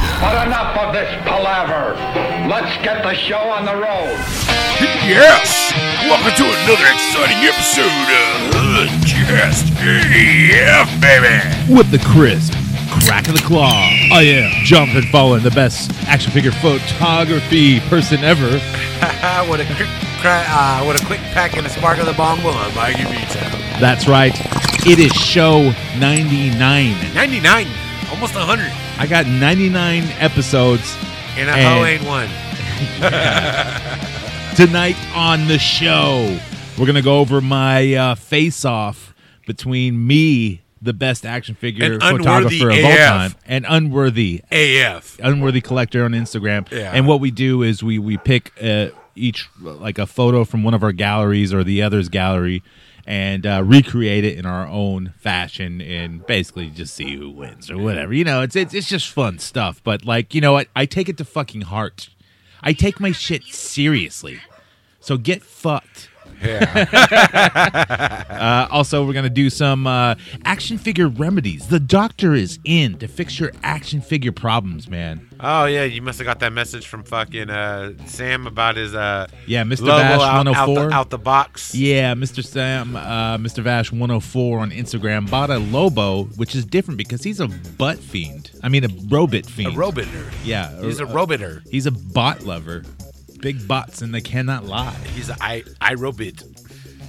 Enough of this palaver. Let's get the show on the road. Yes! Welcome to another exciting episode of Just AF, baby! with the crisp crack of the claw. Oh, I am Jonathan Fallon, the best action figure photography person ever. what a quick cry, uh, what a quick pack and a spark of the bomb will on Mikey Vito. That's right. It is show 99. 99, almost 100, I got 99 episodes and a And- hoe ain't one. tonight on the show. We're going to go over my uh, face off between me, the best action figure An unworthy photographer of all AF. time, and unworthy AF. unworthy collector on Instagram. Yeah. And what we do is we we pick uh, each like a photo from one of our galleries or the other's gallery, and uh, recreate it in our own fashion, and basically just see who wins or whatever. You know, it's it's, it's just fun stuff. But like you know what, I take it to fucking heart. I take my shit seriously. So get fucked. Uh, also, we're gonna do some uh, action figure remedies. The doctor is in to fix your action figure problems, man. Oh yeah, you must have got that message from fucking uh, Sam about his uh, Yeah, Mr. logo Bash out, out, 104. the, out the box. Yeah, Mr. Sam, uh, Mr. Vash 104 on Instagram bought a Lobo, which is different because he's a butt fiend. I mean, a robot A fiend. robiter. Yeah, uh, He's a robiter. He's a bot lover. Big bots, and they cannot lie. He's a I I robot.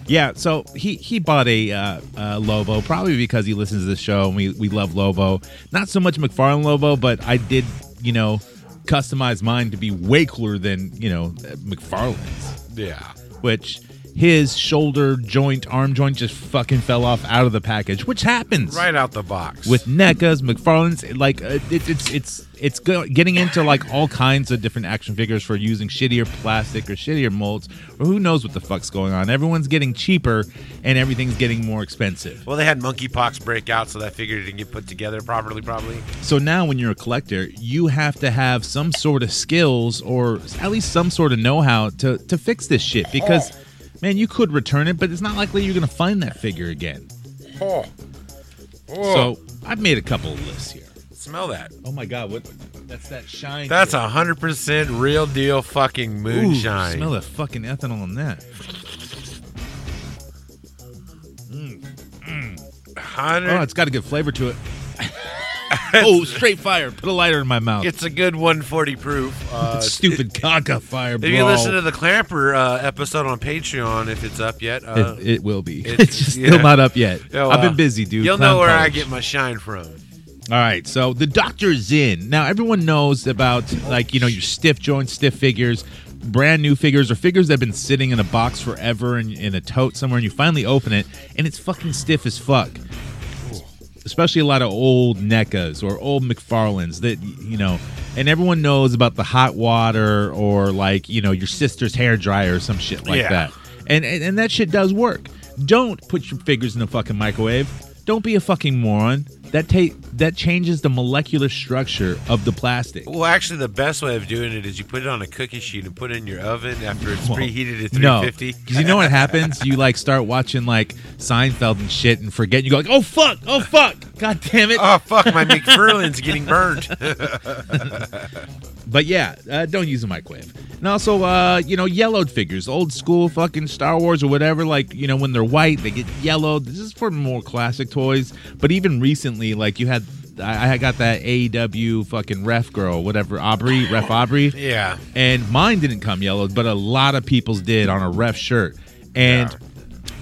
Yeah, so he he bought a uh, uh, Lobo probably because he listens to the show and we we love Lobo. Not so much McFarlane Lobo, but I did you know customize mine to be way cooler than you know McFarlane's. Yeah. which his shoulder joint, arm joint just fucking fell off out of the package, which happens. Right out the box. With NECAs, McFarlane's, like uh, it, it's it's it's go- getting into like all kinds of different action figures for using shittier plastic or shittier molds, or who knows what the fuck's going on. Everyone's getting cheaper, and everything's getting more expensive. well, they had monkeypox break out, so that figured it didn't get put together properly. Probably. So now, when you're a collector, you have to have some sort of skills or at least some sort of know how to, to fix this shit because, man, you could return it, but it's not likely you're going to find that figure again. Oh. Oh. So I've made a couple of lists here. smell that. Oh my God, what? That's that shine. That's shit. a hundred percent real deal fucking Ooh, moonshine. Smell the fucking ethanol in that. Hundred. Oh, it's got a good flavor to it. oh, straight fire. Put a lighter in my mouth. It's a good 140 proof. Uh, Stupid caca fire, bro. If you listen to the Clamper uh, episode on Patreon, if it's up yet, uh, it, it will be. It's, it's- just yeah. still not up yet. yo, I've uh, been busy, dude. You'll Clown know where I college. get my shine from. All right, so the doctor's in. Now everyone knows about like you know your stiff joints, stiff figures, brand new figures or figures that have been sitting in a box forever and in a tote somewhere, and you finally open it and it's fucking stiff as fuck. Especially a lot of old NECAs or old McFarlanes that you know, and everyone knows about the hot water or like you know your sister's hair dryer or some shit like Yeah. that. And, and and that shit does work. Don't put your fingers in the fucking microwave. Don't be a fucking moron. That ta- that changes the molecular structure of the plastic. Well, actually, the best way of doing it is you put it on a cookie sheet and put it in your oven after it's Well, preheated at No, 350. because you know what happens? You like start watching like Seinfeld and shit and forget. You go like, oh fuck, oh fuck, god damn it. Oh fuck! My McFarlane's getting burned. But yeah, uh, don't use a microwave. And also, uh, you know, yellowed figures, old school fucking Star Wars or whatever. Like, you know, when they're white, they get yellowed. This is for more classic toys. But even recently, like you had, I, I got that AEW fucking ref girl, whatever Aubrey, ref Aubrey. yeah, and mine didn't come yellowed, but a lot of people's did on a ref shirt. And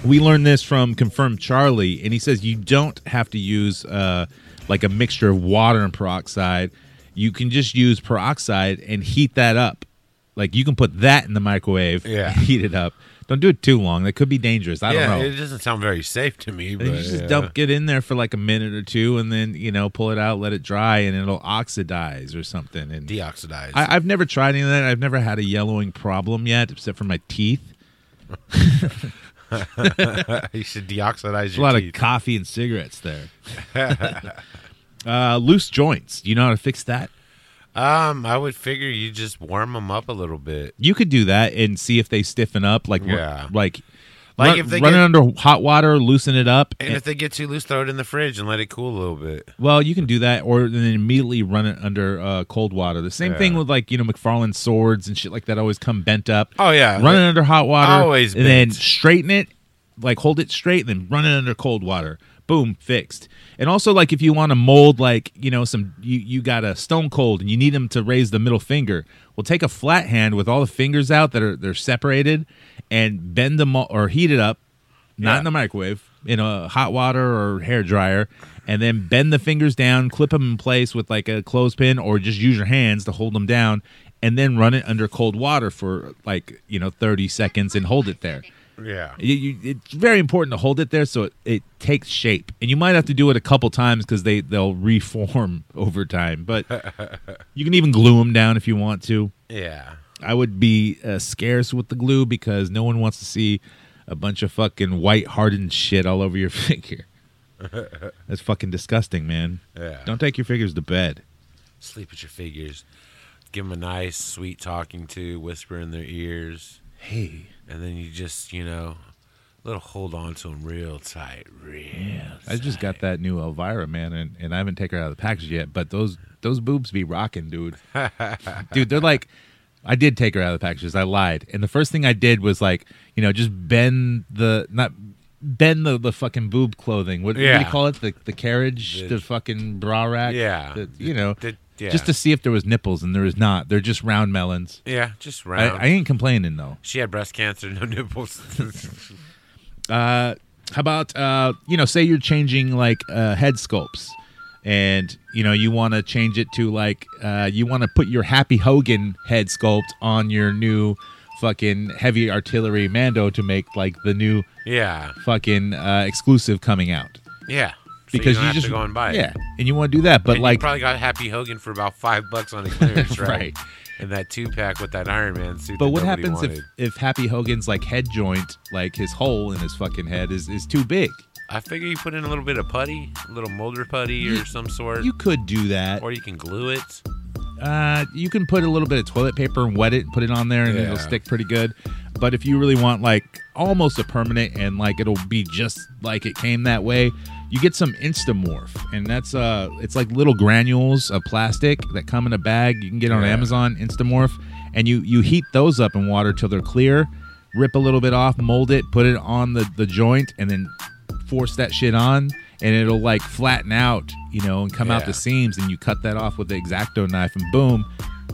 we learned this from confirmed Charlie, and he says you don't have to use uh, like a mixture of water and peroxide. You can just use peroxide and heat that up. Like you can put that in the microwave, Yeah. and heat it up. Don't do it too long; that could be dangerous. I yeah. don't know. It doesn't sound very safe to me. But And you just yeah. dump it in there for like a minute or two, and then you know pull it out, let it dry, and it'll oxidize or something. And deoxidized. I, I've never tried any of that. I've never had a yellowing problem yet, except for my teeth. you should deoxidize There's a your lot teeth. of coffee and cigarettes there. uh, loose joints. Do you know how to fix that? um, I would figure you just warm them up a little bit. You could do that and see if they stiffen up. Like, wh- Yeah. like Like Run- if they run get- it under hot water, loosen it up. And if they get too loose, throw it in the fridge and let it cool a little bit. Well, you can do that, or then immediately run it under uh, cold water. The same thing Yeah. with like you know McFarlane's swords and shit like that. Always come bent up. Oh, yeah. run it under hot water. Always and then bent. straighten it, like hold it straight, and then run it under cold water. Boom, fixed. And also like if you want to mold like you know some you you got a stone cold and you need them to raise the middle finger. Well, take a flat hand with all the fingers out that are they're separated, and bend them all, or heat it up not in the microwave, in a hot water or hair dryer, and then bend the fingers down, clip them in place with like a clothespin, or just use your hands to hold them down, and then run it under cold water for like you know thirty seconds and hold it there. Yeah. You, you, it's very important to hold it there so it, it takes shape, and you might have to do it a couple times because they they'll reform over time. But you can even glue them down if you want to. Yeah. I would be uh, scarce with the glue because no one wants to see a bunch of fucking white hardened shit all over your figure. That's fucking disgusting, man. Yeah. Don't take your figures to bed. Sleep with your figures. Give them a nice, sweet talking to, whisper in their ears, Hey, and then you just, you know, little hold on to them real tight, real. I just got that new Elvira, man, and, and I haven't taken her out of the package yet. But those those boobs be rocking, dude. dude, they're like. I did take her out of the packages. I lied, and the first thing I did was like, you know, just bend the not bend the, the fucking boob clothing. What, what do Yeah. you call it? The the carriage, the, The- fucking bra rack. Yeah. the- you know, The- yeah. just to see if there was nipples, and there was not. They're just round melons. Yeah, just I, round. I ain't complaining though. she had breast cancer, no nipples. How about uh, you know, say you're changing like uh, head sculpts, and you know you want to change it to like uh, you want to put your Happy Hogan head sculpt on your new fucking heavy artillery Mando to make like the new yeah. fucking uh, exclusive coming out Yeah. So because you, don't you, have just to go and buy it. yeah, and you want to do that, but And you like probably got Happy Hogan for about five bucks on the clearance, right? Right. And that two pack with that Iron Man suit. But that what nobody happens if, wanted. if Happy Hogan's like head joint, like his hole in his fucking head, is, is too big? I figure you put in a little bit of putty, a little molder putty or some sort, You could do that. or you can glue it. Uh, you can put a little bit of toilet paper and wet it and put it on there, and it'll Yeah. stick pretty good. But if you really want like almost a permanent and like it'll be just like it came that way, you get some Instamorph, and that's uh, it's like little granules of plastic that come in a bag. You can get on Yeah. Amazon Instamorph, and you you heat those up in water till they're clear. Rip a little bit off, mold it, put it on the the joint, and then force that shit on, and it'll like flatten out, you know, and come come out Yeah. the seams and you cut that off with the exacto knife and boom,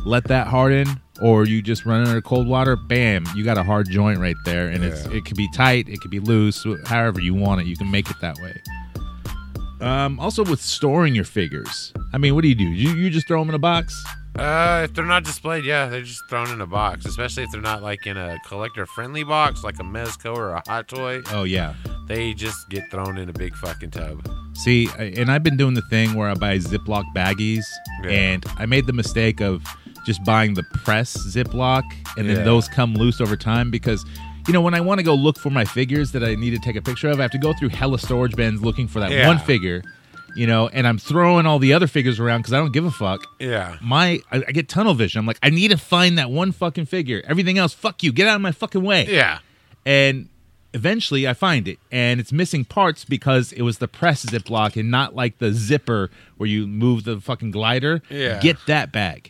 let that harden or you just run it under cold water, bam, you got a hard joint right there and it's it could be tight, it could be loose, wh- however you want it, you can make it that way. Um, also with storing your figures. I mean, what do you do? You, you just throw them in a box? Uh, if they're not displayed, yeah, they're just thrown in a box. Especially if they're not like in a collector-friendly box, like a Mezco or a Hot Toy, Oh yeah. they just get thrown in a big fucking tub. See, I- and I've been doing the thing where I buy Ziploc baggies, Yeah. and I made the mistake of just buying the press Ziploc, and then Yeah. those come loose over time because. You know, when I want to go look for my figures that I need to take a picture of, I have to go through hella storage bins looking for that Yeah. one figure, you know, and I'm throwing all the other figures around because I don't give a fuck. Yeah. My, I, I get tunnel vision. I'm like, I need to find that one fucking figure. Everything else, fuck you. Get out of my fucking way Yeah. and eventually I find it, and it's missing parts because it was the press ziplock and not like the zipper where you move the fucking glider. Yeah. Get that bag.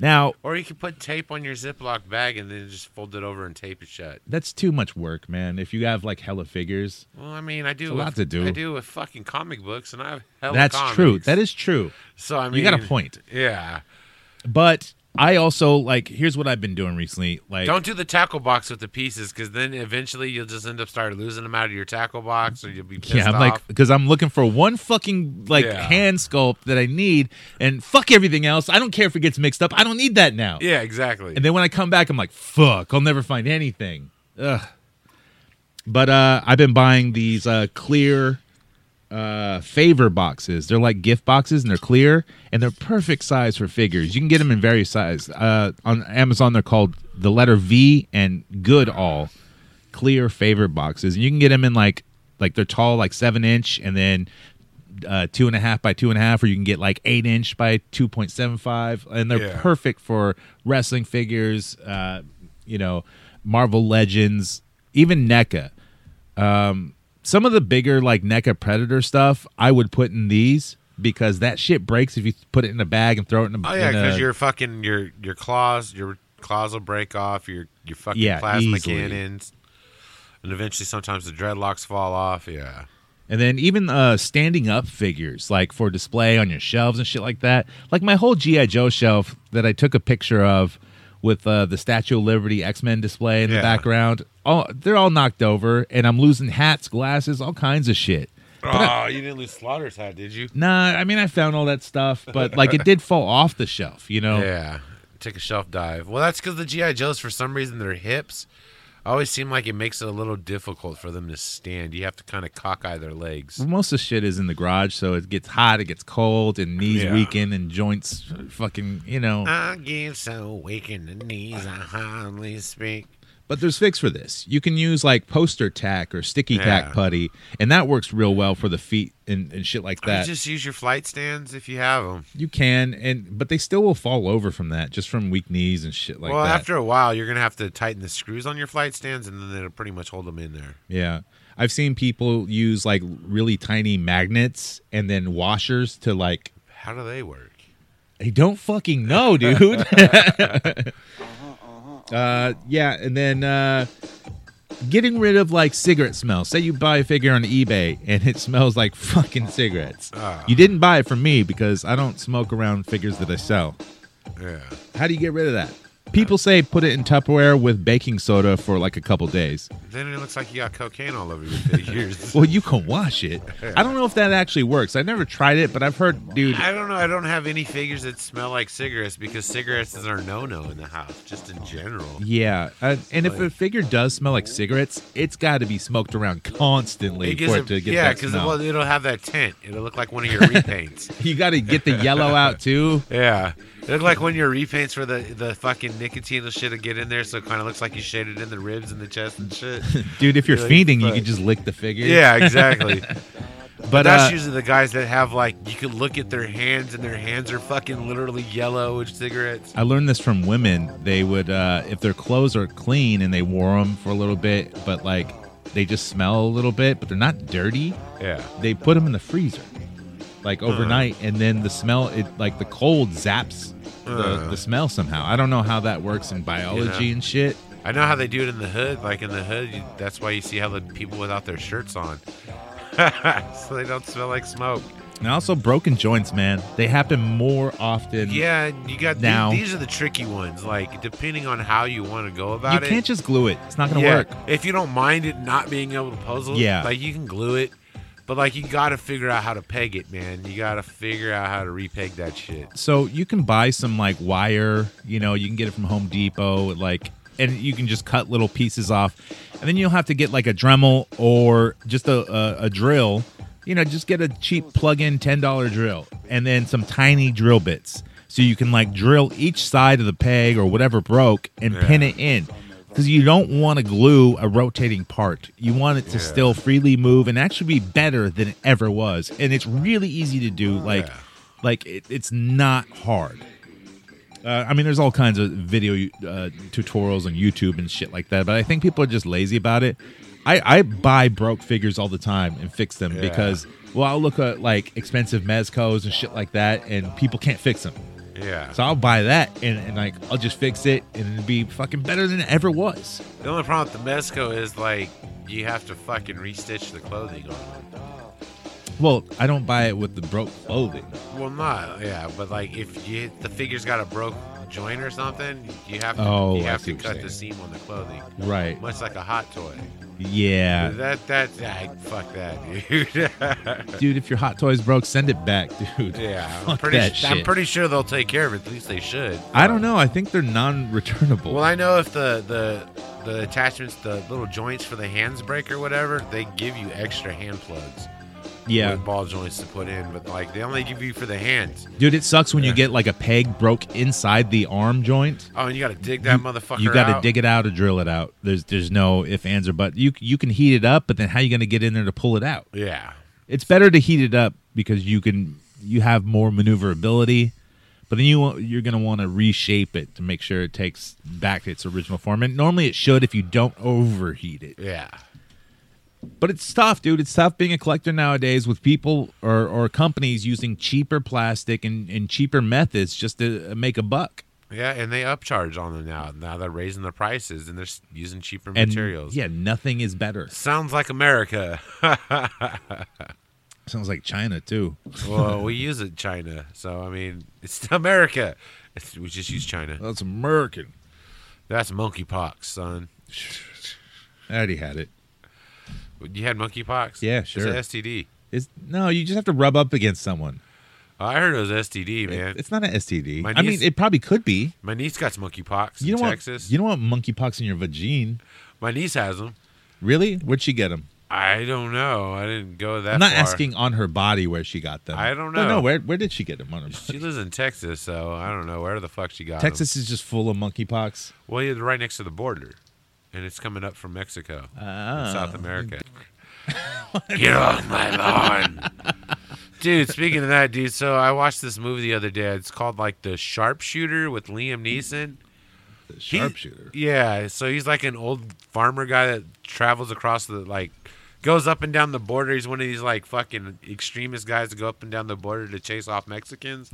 Now Or you can put tape on your Ziploc bag and then just fold it over and tape it shut. that's too much work, man. If you have like hella figures, Well, I mean, I do a with, lot to do. I do with fucking comic books, and I have hell. that's true. That is true. So I mean, You got a point. Yeah. But I also like. Here's what I've been doing recently. Like, Don't do the tackle box with the pieces, because then eventually you'll just end up start losing them out of your tackle box, or you'll be pissed yeah, I'm off. like because I'm looking for one fucking like Yeah. hand sculpt that I need, and fuck everything else. I don't care if it gets mixed up. I don't need that now. yeah, exactly. And then when I come back, I'm like, fuck, I'll never find anything. Ugh. But uh, I've been buying these uh, clear uh, favor boxes. They're like gift boxes, and they're clear, and they're perfect size for figures. You can get them in various size. Uh, on Amazon, they're called the letter V and Good All clear favor boxes, and you can get them in like like they're tall, like seven inch, and then uh, two and a half by two and a half, or you can get like eight inch by two point seven five, and they're Yeah. perfect for wrestling figures, uh, you know, Marvel Legends, even NECA. Um, some of the bigger like NECA Predator stuff I would put in these because that shit breaks if you put it in a bag and uh, throw it in a. Oh yeah, in a- because your fucking your your claws your claws will break off. Your your fucking Yeah, plasma easily. cannons, and eventually sometimes the dreadlocks fall off. Yeah, And then even uh, standing up figures, like for display on your shelves and shit like that. Like my whole GI Joe shelf that I took a picture of with uh, the Statue of Liberty X Men display in the Yeah. background. All they're all knocked over, and I'm losing hats, glasses, all kinds of shit. Oh, you didn't lose Slaughter's hat, did you? Nah, I mean I found all that stuff, but like it did fall off the shelf, you know. Yeah. Take a shelf dive. Well, that's because the GI Joes, for some reason, their hips always seem like it makes it a little difficult for them to stand. You have to kind of cockeye their legs. Most of the shit is in the garage, so it gets hot, it gets cold, and knees Yeah. weaken, and joints uh, fucking, you know. I get so weak in the knees, I hardly speak. But there's fix for this. You can use like poster tack or sticky Yeah. tack putty, and that works real well for the feet and, and shit like that. You just use your flight stands if you have them. you can, and but they still will fall over from that, just from weak knees and shit like well, that. after a while, you're going to have to tighten the screws on your flight stands, and then it'll pretty much hold them in there. yeah, I've seen people use like really tiny magnets and then washers to like. How do they work? I don't fucking know, dude. uh, yeah, and then uh, getting rid of like cigarette smells. Say you buy a figure on eBay and it smells like fucking cigarettes. Ah. You didn't buy it from me because I don't smoke around figures that I sell. Yeah. How do you get rid of that? People say put it in Tupperware with baking soda for like a couple days. Then it looks like you got cocaine all over your figures. Well, you can wash it. I don't know if that actually works. I never tried it, but I've heard, dude, I don't know. I don't have any figures that smell like cigarettes because cigarettes is our no-no in the house, just in general. Yeah, uh, and if a figure does smell like cigarettes, it's got to be smoked around constantly gives for it- it to get yeah, that because smell. well, it'll have that tint. It'll look like one of your repaints. you got to get the yellow out too. yeah, it look like one of your repaints for the the fucking nicotine and shit to get in there, so it kind of looks like you shaded in the ribs and the chest and shit. Dude, if you're Really fiending, you fucked. can just lick the figure. yeah, exactly. but that's uh, usually the guys that have like you can look at their hands and their hands are fucking literally yellow with cigarettes. I learned this from women. They would, uh, if their clothes are clean and they wore them for a little bit, but like they just smell a little bit, but they're not dirty. Yeah. They put them in the freezer, like Uh-huh. overnight, and then the smell, it like the cold zaps. The, Uh. the smell somehow. I don't know how that works in biology and shit. I know how they do it in the hood. Like in the hood, you, that's why you see how the people without their shirts on, so they don't smell like smoke. And also broken joints, man. They happen more often. Yeah, you got the- Now- these are the tricky ones. Like depending on how you want to go You about it. can't just glue it. It's not gonna yeah, work. If you don't mind it not being able to puzzle, Yeah. like you can glue it, but like you got to figure out how to peg it, man. You got to figure out how to repeg that shit. So you can buy some like wire, you know, you can get it from Home Depot, like and you can just cut little pieces off. And then you'll have to get like a Dremel or just a, a, a drill. You know, just get a cheap plug-in $10 drill and then some tiny drill bits. So you can like drill each side of the peg or whatever broke and pin it in. Because you don't want to glue a rotating part. You want it to still freely move and actually be better than it ever was. And it's really easy to do. Like Oh, Yeah. like it, it's not hard uh, i mean there's all kinds of video uh, tutorials on youtube and shit like that but i think people are just lazy about it i, I buy broke figures all the time and fix them because well i'll look at like expensive mezcos and shit like that and people can't fix them Yeah. so i'll buy that and, and like i'll just fix it and it'll be fucking better than it ever was The only problem with the Mezco is like you have to fucking restitch the clothing on. Them. well i don't buy it with the broke clothing Well, not yeah, but like if you the figure's got a broke joint or something, you have to Oh, you I have see to what you're cut the seam on the clothing, right much like a hot toy. yeah That that I fuck that, dude. dude if your hot toys broke send it back dude yeah, I'm Fuck pretty that sh- I'm shit. pretty sure they'll take care of it. At least they should. I don't know. I think they're non-returnable. Well, I know if the the the attachments, the little joints for the hands break or whatever, they give you extra hand plugs. yeah, With ball joints to put in, but like they only give you for the hands. dude, it sucks when Yeah. you get like a peg broke inside the arm joint. Oh, and you gotta dig that motherfucker. You got to out. dig it out or drill it out. There's there's no if ands or but. You you can heat it up, but then how you going to get in there to pull it out? Yeah. It's better to heat it up because you can you have more maneuverability. But then you wa- you're going to want to reshape it to make sure it takes back its original form. And normally it should if you don't overheat it. Yeah. But it's tough, dude. It's tough being a collector nowadays with people or, or companies using cheaper plastic and, and cheaper methods just to make a buck. Yeah, and they upcharge on them now. Now they're raising the prices and they're s- using cheaper And materials. yeah, nothing is better. Sounds like America. Sounds like China too. well, we use it China. So I mean, it's still America. It's, we just use China. That's American. That's monkeypox, son. I already had it. You had monkeypox? Yeah, It's sure. an STD. It's, no, you just have to rub up against someone. I heard it was STD, It- man. it's not an STD. My I mean, niece- it probably could be. My niece got monkeypox You in don't Texas. want you don't want monkeypox in your vagine. My niece has them. Really? Where'd she get them? I don't know. I didn't go that. I'm not far. asking on her body where she got them. I don't Well, know. no, where where did she get them on her She body? lives in Texas, so I don't know where the fuck she got 'em. Texas is just full of monkeypox. Well, you're right next to the border, and it's coming up from Mexico, Uh, and Ah. South America. Get off Uh, my lawn, dude. Speaking of that, dude, so I watched this movie the other day. It's called like The Sharpshooter with Liam Neeson. The He- Sharpshooter. yeah, so he's like an old farmer guy that travels across the like goes up and down the border. He's one of these like fucking extremist guys that go up and down the border to chase off Mexicans.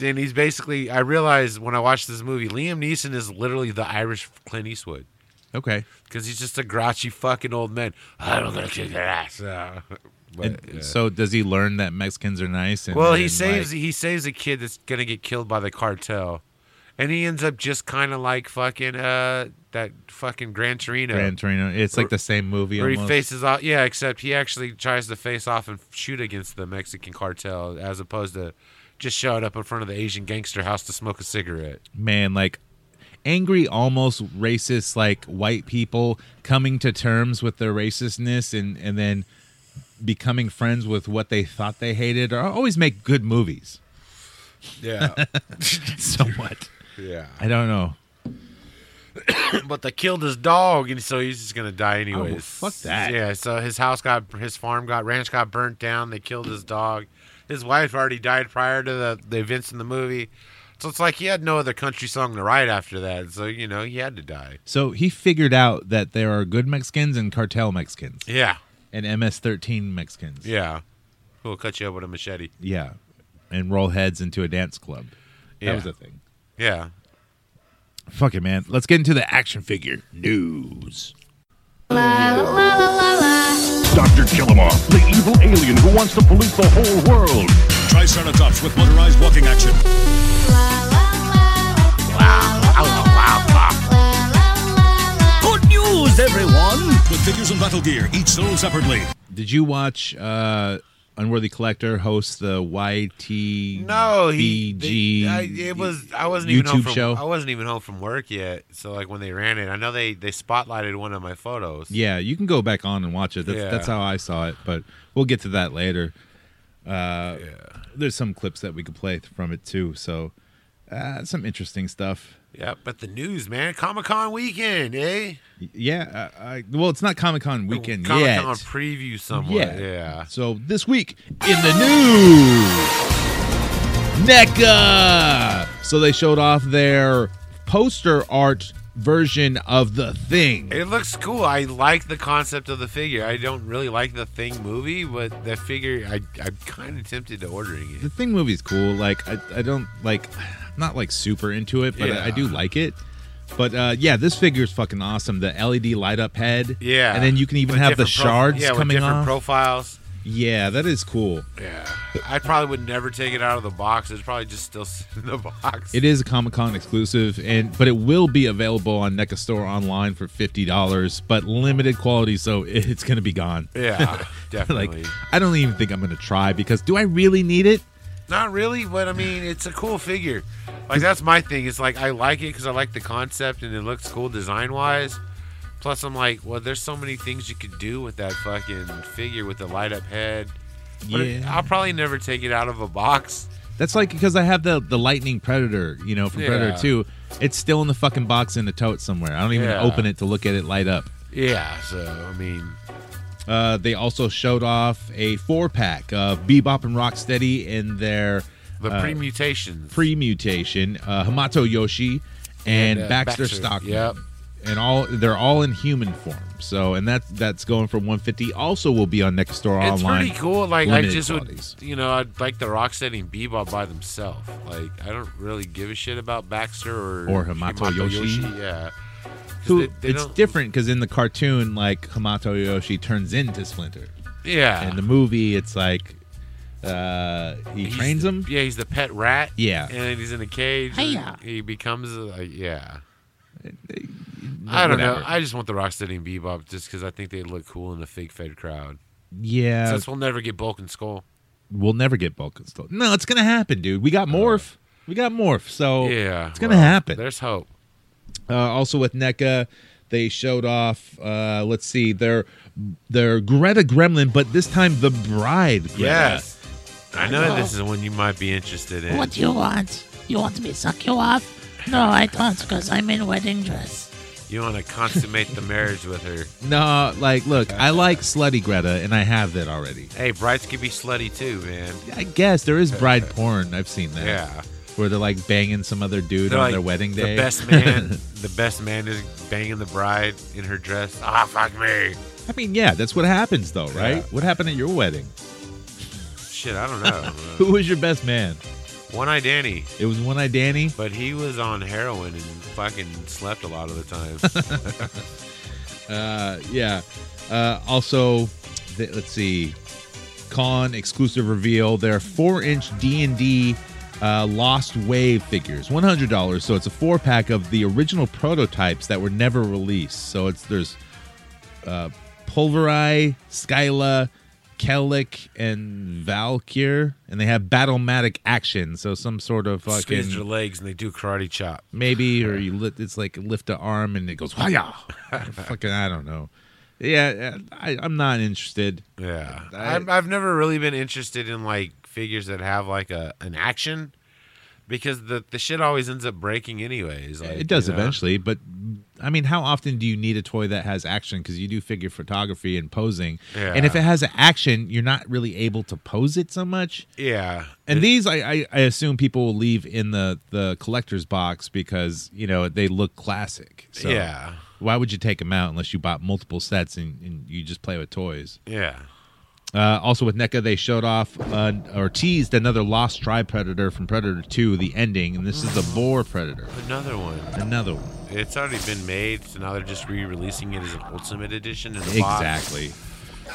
and he's basically I realized when I watched this movie, Liam Neeson is literally the Irish Clint Eastwood. Okay. Because he's just a grouchy fucking old man. I'm gonna kick your ass. Uh, but, And yeah. So does he learn that Mexicans are nice? And, Well, he and, saves like- he saves a kid that's gonna get killed by the cartel, and he ends up just kind of like fucking uh that fucking Gran Torino, Gran Torino. It's like the same movie. where uh, he almost. faces off. Yeah, except he actually tries to face off and shoot against the Mexican cartel as opposed to just showing up in front of the Asian gangster house to smoke a cigarette. man, like angry, almost racist, like white people coming to terms with their racistness and and then becoming friends with what they thought they hated, or always make good movies. Yeah, Somewhat. yeah. I don't know. But they killed his dog, and so he's just gonna die anyways. Oh, fuck that. Yeah. So his house got, his farm got, ranch got burnt down. They killed his dog. His wife already died prior to the, the events in the movie, so it's like he had no other country song to write after that. So you know he had to die. So he figured out that there are good Mexicans and cartel Mexicans Yeah. and MS-13 Mexicans. Yeah. Who'll cut you up with a machete? Yeah. And roll heads into a dance club. That Yeah. was a thing. Yeah. Mm, Fuck it, man. Let's get into the action figure news. Dr. Killamoff, the evil alien who wants to pollute the whole world. Triceratops with motorized walking action. Good news, everyone! With figures and battle gear, each sold separately. Did you watch uh Unworthy Collector host the YT No, he. BG they- I, it was. I wasn't even home YouTube from, show? I wasn't even home from work yet. So like when they ran it, I know they they spotlighted one of my photos. Yeah, you can go back on and watch it. That's Yeah. that's how I saw it, but we'll get to that later. Uh there's some clips that we could play from it too, so uh, some interesting stuff. Yeah, but the news, man. Comic Con weekend, eh? Yeah, I, I, well, it's not Comic Con weekend Comic yet. Con preview somewhat. yeah, Yeah. So this week in the news, NECA. So they showed off their poster art version of the thing. It looks cool. I like the concept of the figure. I don't really like the Thing movie, but the figure, I, I'm kind of tempted to ordering the it. thing movie's cool. Like I, I don't like, I'm not like super into it, but I, I Yeah. do like it. But uh, yeah, this figure's fucking awesome. The LED light up head. Yeah. And then you can even With have the different prof- shards yeah, with coming different off. profiles. yeah, that is cool. Yeah. I probably would never take it out of the box. It's probably just still sitting in the box. It is a Comic Con exclusive, and but it will be available on NECA Store online for fifty dollars, but limited quality, so it's gonna be gone. Yeah, like definitely. I don't even think I'm gonna try because do I really need it? Not really, but I mean, it's a cool figure. Like that's my thing. It's like I like it because I like the concept and it looks cool design wise. Plus, I'm like, well, there's so many things you could do with that fucking figure with the light up head. But it- Yeah. I'll probably never take it out of a box. That's like because I have the the Lightning Predator, you know, from Predator Yeah. Two. It's still in the fucking box in the tote somewhere. I don't even Yeah. open it to look at it light up. Yeah. So I mean, Uh, they also showed off a four pack of Bebop and Rocksteady in their the Uh, pre-mutations. pre mutation, uh, Hamato Yoshi and, uh, Baxter, Baxter, Stockman. yep. and all they're all in human form. So and that's that's going from 150. Also will be on next door It's online. pretty cool. Like I limited just qualities. would, you know, I'd like the Rock setting Bebop by themselves. Like I don't really give a shit about Baxter or Or Hamato Yoshi. Yeah, 'Cause Who, they- they it's don't- different because in the cartoon, like Hamato Yoshi turns into Splinter. Yeah, In the movie, it's like uh, he Ah. He's trains the- him. Yeah, he's the pet rat. Yeah. and then he's in a cage. Hiya. and He becomes a yeah. I don't know. whatever. I just want the Rocksteady and Bebop just because I think they look cool in a fake fed crowd. Yeah, Since we'll never get Bulk and Skull. we'll never get Bulk and Skull. No, it's gonna happen, dude. We got Morph. We got Morph. So Uh. yeah, it's gonna well, happen. There's hope. Uh, also with NECA, they showed off. Uh, let's see, their their Greta Gremlin, but this time the bride. Greta. Yes. I know this is one you might be interested in. What do you want? You want me to suck you off? No, I don't, because I'm in wedding dress. You want to consummate the marriage with her. No, like, look, I like slutty Greta, and I have that already. Hey, brides can be slutty too, man. I guess there is bride porn. I've seen that. Yeah. Where they're like banging some other dude They're on like, their wedding day. The best man, the best man is banging the bride in her dress. Ah, fuck me. I mean, yeah, that's what happens, though, right? Yeah. What happened at your wedding? Shit, I don't know. Who was your best man? One Eye Danny, It was One Eye Danny. but he was on heroin and fucking slept a lot of the time. Uh, yeah. Uh, also, th- let's see. Con exclusive reveal. They're four inch D and D uh, Lost Wave figures, one hundred dollars. So it's a four pack of the original prototypes that were never released. So it's there's uh, Pulveri, Skyla, Kellic, and Valkyr, and they have Battlematic action. So some sort of Squeeze their fucking legs and they do karate chop. maybe or you lift it's like lift a arm and it goes yeah fucking i don't know yeah I, i'm not interested Yeah, I- I, I've, I've never really been interested in like figures that have like a an action because the the shit always ends up breaking anyways. Like, it does you know? eventually but i mean how often do you need a toy that has action because you do figure photography and posing and if Yeah. it has action you're not really able to pose it so much Yeah, and It- these I, I, I assume people will leave in the the collector's box because you know they look classic so yeah, why would you take them out unless you bought multiple sets and, and you just play with toys yeah. Uh, also with NECA, they showed off uh, or teased another Lost Tribe Predator from Predator 2, the ending, and this is the Boar Predator. Another one. Another one. It's already been made, so now they're just re-releasing it as an ultimate edition in a box. Exactly.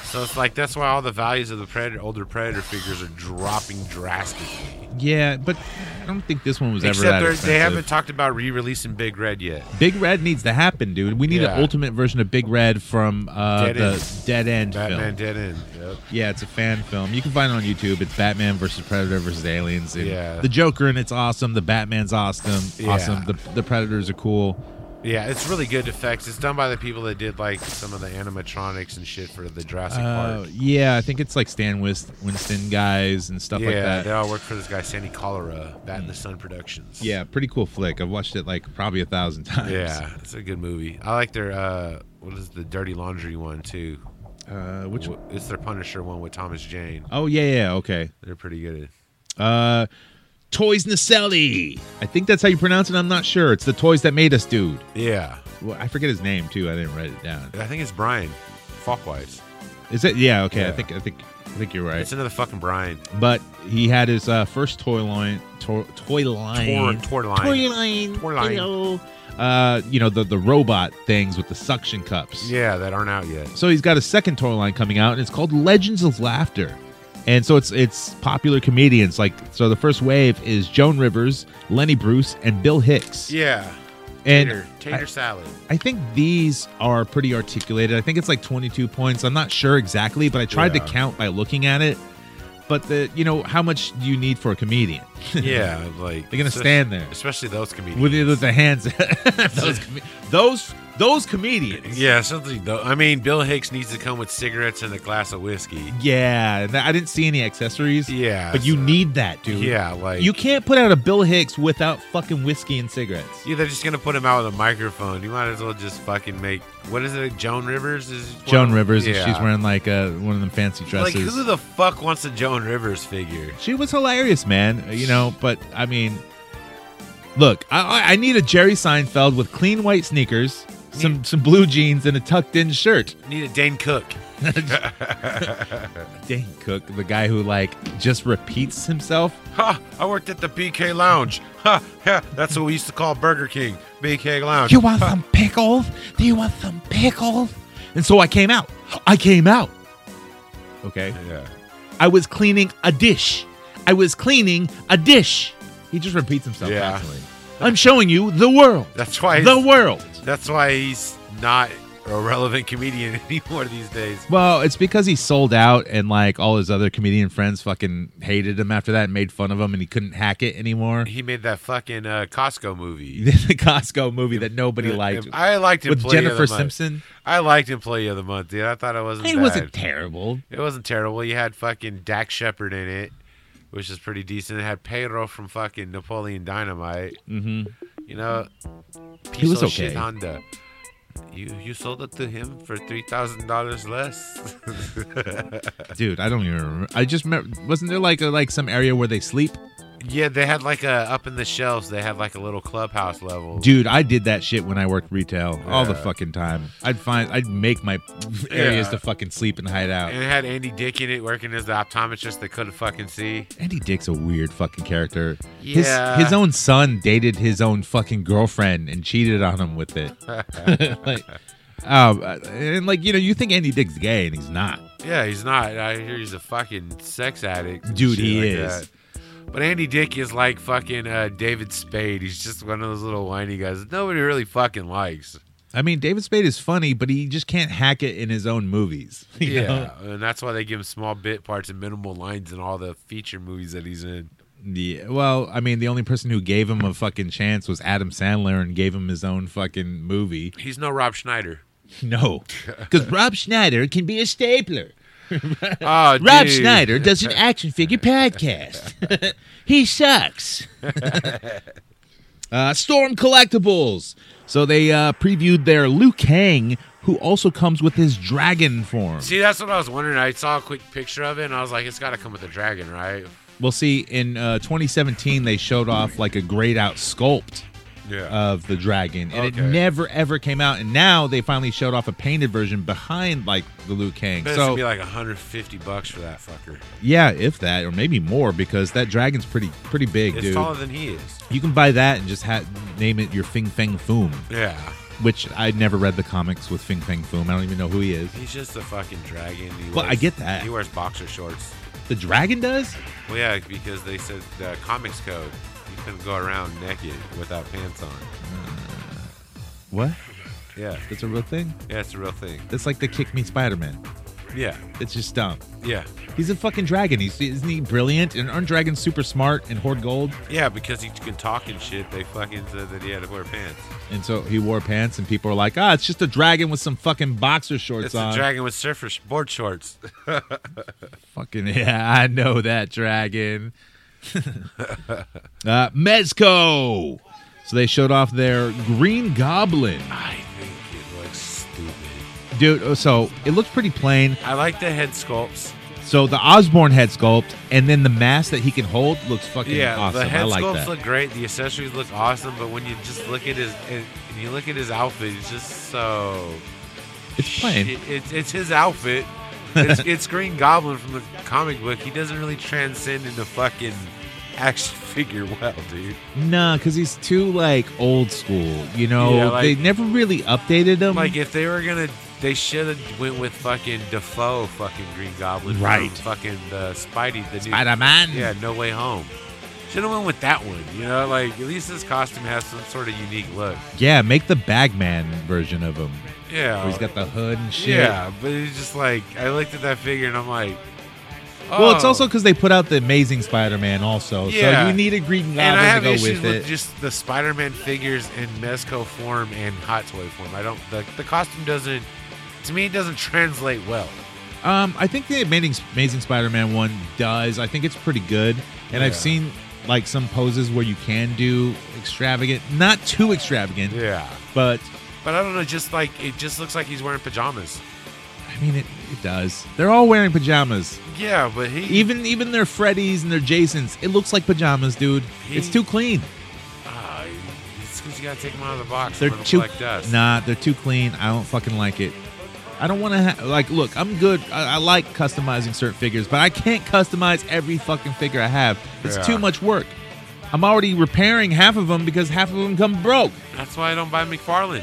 So it's like that's why all the values of the predator, older predator figures are dropping drastically. Yeah, but I don't think this one was ever Except that they're- expensive. they haven't talked about re-releasing Big Red yet. Big Red needs to happen, dude. We need Yeah. an ultimate version of Big Red from uh, Dead the End. Dead End Batman film. Dead End. Yep. Yeah, it's a fan film. You can find it on YouTube. It's Batman versus Predator versus Aliens. and Yeah. The Joker and it's awesome. The Batman's awesome. Yeah. Awesome. The the Predators are cool. Yeah, it's really good effects. It's done by the people that did like some of the animatronics and shit for the Jurassic Uh, Park. yeah, I think it's like Stan Wist- Winston guys and stuff Yeah, like that. they all work for this guy Sandy Cholera, Bat in the Sun Productions. Yeah, pretty cool flick. I've watched it like probably a thousand times. yeah, it's a good movie. I like their uh, what is the Dirty Laundry one too. Uh, which? Wh- It's their Punisher one with Thomas Jane. Oh yeah, yeah. Okay. They're pretty good at. Uh, Toys Nacelli. I think that's how you pronounce it. I'm not sure. It's the toys that made us, dude. Yeah, Well, I forget his name too. I didn't write it down. I think it's Brian Falkwise. Is it? Yeah. Okay. I Yeah. think. I think. I think you're right. It's another fucking Brian. But he had his uh, first toy line. To- toy Tor, line. Tor Toy line. line. Toy line. Hello. Uh, you know the the robot things with the suction cups. Yeah, that aren't out yet. So he's got a second toy line coming out, and it's called Legends of Laughter. And so it's it's popular comedians like so the first wave is Joan Rivers, Lenny Bruce, and Bill Hicks. Yeah, and tater, tater salad. I, I think these are pretty articulated. I think it's like 22 points. I'm not sure exactly, but I tried Yeah. to count by looking at it. But the you know how much do you need for a comedian? Yeah, like They're gonna espe- stand there especially those comedians. with, with the hands. those, com- those those comedians. Yeah, something though. I mean, Bill Hicks needs to come with cigarettes and a glass of whiskey. Yeah, and I didn't see any accessories. Yeah, but you so- need that, dude. Yeah, like you can't put out a Bill Hicks without fucking whiskey and cigarettes. Yeah, they're just gonna put him out with a microphone. You might as well just fucking make what is it? Joan Rivers is one Joan of- Rivers, and yeah. she's wearing like uh, one of them fancy Like dresses. who the fuck wants a Joan Rivers figure? she was hilarious, man. You know, but I mean, look, I, I- I need a Jerry Seinfeld with clean white sneakers some some blue jeans and a tucked in shirt. Need a Dane Cook. Dane Cook, the guy who like just repeats himself. Ha! I worked at the BK Lounge. Ha! ha that's what we used to call Burger King. BK Lounge. You want some pickles? Do you want some pickles? And so I came out. I came out. Okay. Yeah. I was cleaning a dish. I was cleaning a dish. He just repeats himself Yeah. constantly. I'm showing you the world. That's why. the he's- world. That's why he's not a relevant comedian anymore these days. Well, it's because he sold out and like all his other comedian friends fucking hated him after that and made fun of him and he couldn't hack it anymore. He made that fucking uh, Costco movie. the Costco movie that nobody liked I liked with Employee Jennifer of the Month. Simpson. I liked Employee of the Month, dude. I thought it wasn't. It bad. wasn't terrible. It wasn't terrible. You had fucking Dak Shepard in it, which is pretty decent. It had Pedro from fucking Napoleon Dynamite. Mm-hmm. You know, piece was of shit okay. Honda. You you sold it to him for three thousand dollars less. Dude, I don't even remember. I just remember wasn't there like a, like some area where they sleep? yeah, they had like a up in the shelves. They had like a little clubhouse level. Dude, I did that shit when I worked retail all the fucking time. I'd find I'd make my areas Yeah. to fucking sleep and hide out. And it had Andy Dick in it working as the optometrist they couldn't fucking see. Andy Dick's a weird fucking character. Yeah. His his own son dated his own fucking girlfriend and cheated on him with it. like, um, and like you know, you think Andy Dick's gay and he's not. Yeah, he's not. I hear he's a fucking sex addict. and Dude, shit he like is. that. But Andy Dick is like fucking uh, David Spade. He's just one of those little whiny guys that nobody really fucking likes. I mean, David Spade is funny, but he just can't hack it in his own movies. you Yeah, know? and that's why they give him small bit parts and minimal lines in all the feature movies that he's in. Yeah. Well, I mean, the only person who gave him a fucking chance was Adam Sandler and gave him his own fucking movie. He's no Rob Schneider. No, because Rob Schneider can be a stapler. Oh, Rob dude. Schneider does an action figure podcast. he sucks. uh, Storm Collectibles. So they uh, previewed their Liu Kang, who also comes with his dragon form. See, that's what I was wondering. I saw a quick picture of it, and I was like, it's got to come with a dragon, right? We'll see. In uh, 2017, they showed off like a grayed out sculpt Yeah. of the dragon, and it Okay. never ever came out. And now they finally showed off a painted version behind like the Liu Kang. It's so gonna be like 150 bucks for that fucker. yeah, if that, or maybe more, because that dragon's pretty pretty big, It's dude. taller than he is. You can buy that and just ha- name it your Fing Fang Foom, Yeah. which I never read the comics with Fing Fang Foom. I don't even know who he is. He's just a fucking dragon. He Well, I get that. He wears boxer shorts. The dragon does? Well, yeah, because they said the comics code. You couldn't go around naked without pants on. What? Yeah, That's a real thing? yeah, it's a real thing. That's like the Kick Me Spider Man. Yeah, It's just dumb. yeah, He's a fucking dragon. He's isn't he brilliant? And aren't dragons super smart and hoard gold? yeah. Because he can talk and shit. They fucking said that he had to wear pants. And so he wore pants, and people are like, "Ah, it's just a dragon with some fucking boxer shorts It's on." a dragon with surfer sh- board shorts. Fucking yeah, I know that dragon. uh, Mezco. So they showed off their Green Goblin, I think it looks stupid. dude. uh, So it looks pretty plain. I like the head sculpts. So the Osborne head sculpt, and then the mask that he can hold looks fucking Yeah, awesome. the head I like sculpts that. look great. The accessories look awesome. But when you just look at his, and you look at his outfit, it's just so it's plain. Shit, it's it's his outfit. It's, it's Green Goblin from the comic book. He doesn't really transcend into fucking action figure well, dude. Nah, because he's too like old school. You know, Yeah, like- they never really updated him. Like if they were gonna, they should have went with fucking Defoe, fucking Green Goblin, from Right. Fucking the Spidey, the Spider Man. new, yeah, No Way Home. Should have went with that one. You know, like at least his costume has some sort of unique look. yeah, make the Bagman version of him. Yeah, Where he's got the hood and shit. Uh, yeah, but it's just like I looked at that figure and I'm like, Well, it's oh. also because they put out the Amazing Spider-Man also, Yeah. so you need a Green Goblin And I have to go issues with with it. just the Spider-Man figures in Mezco form and Hot Toy form. I don't the, the costume doesn't to me it doesn't translate well. um, I think the Amazing Amazing Spider-Man one does. I think it's pretty good, and I've Yeah. seen like some poses where you can do extravagant, not too extravagant, Yeah. but But I don't know, just like it just looks like he's wearing pajamas. I mean it, it does. They're all wearing pajamas, Yeah, but he even even their Freddies and their Jasons. It looks like pajamas, dude. He- it's too clean. Ah, he's Mexicans, you gotta take them out of the box. They're let 'em too collect dust. nah. They're too clean. I don't fucking like it. I don't want to ha- like look. I'm good. I-, I like customizing certain figures, but I can't customize every fucking figure I have. It's Yeah. too much work. I'm already repairing half of them because half of them come broke. That's why I don't buy McFarlane.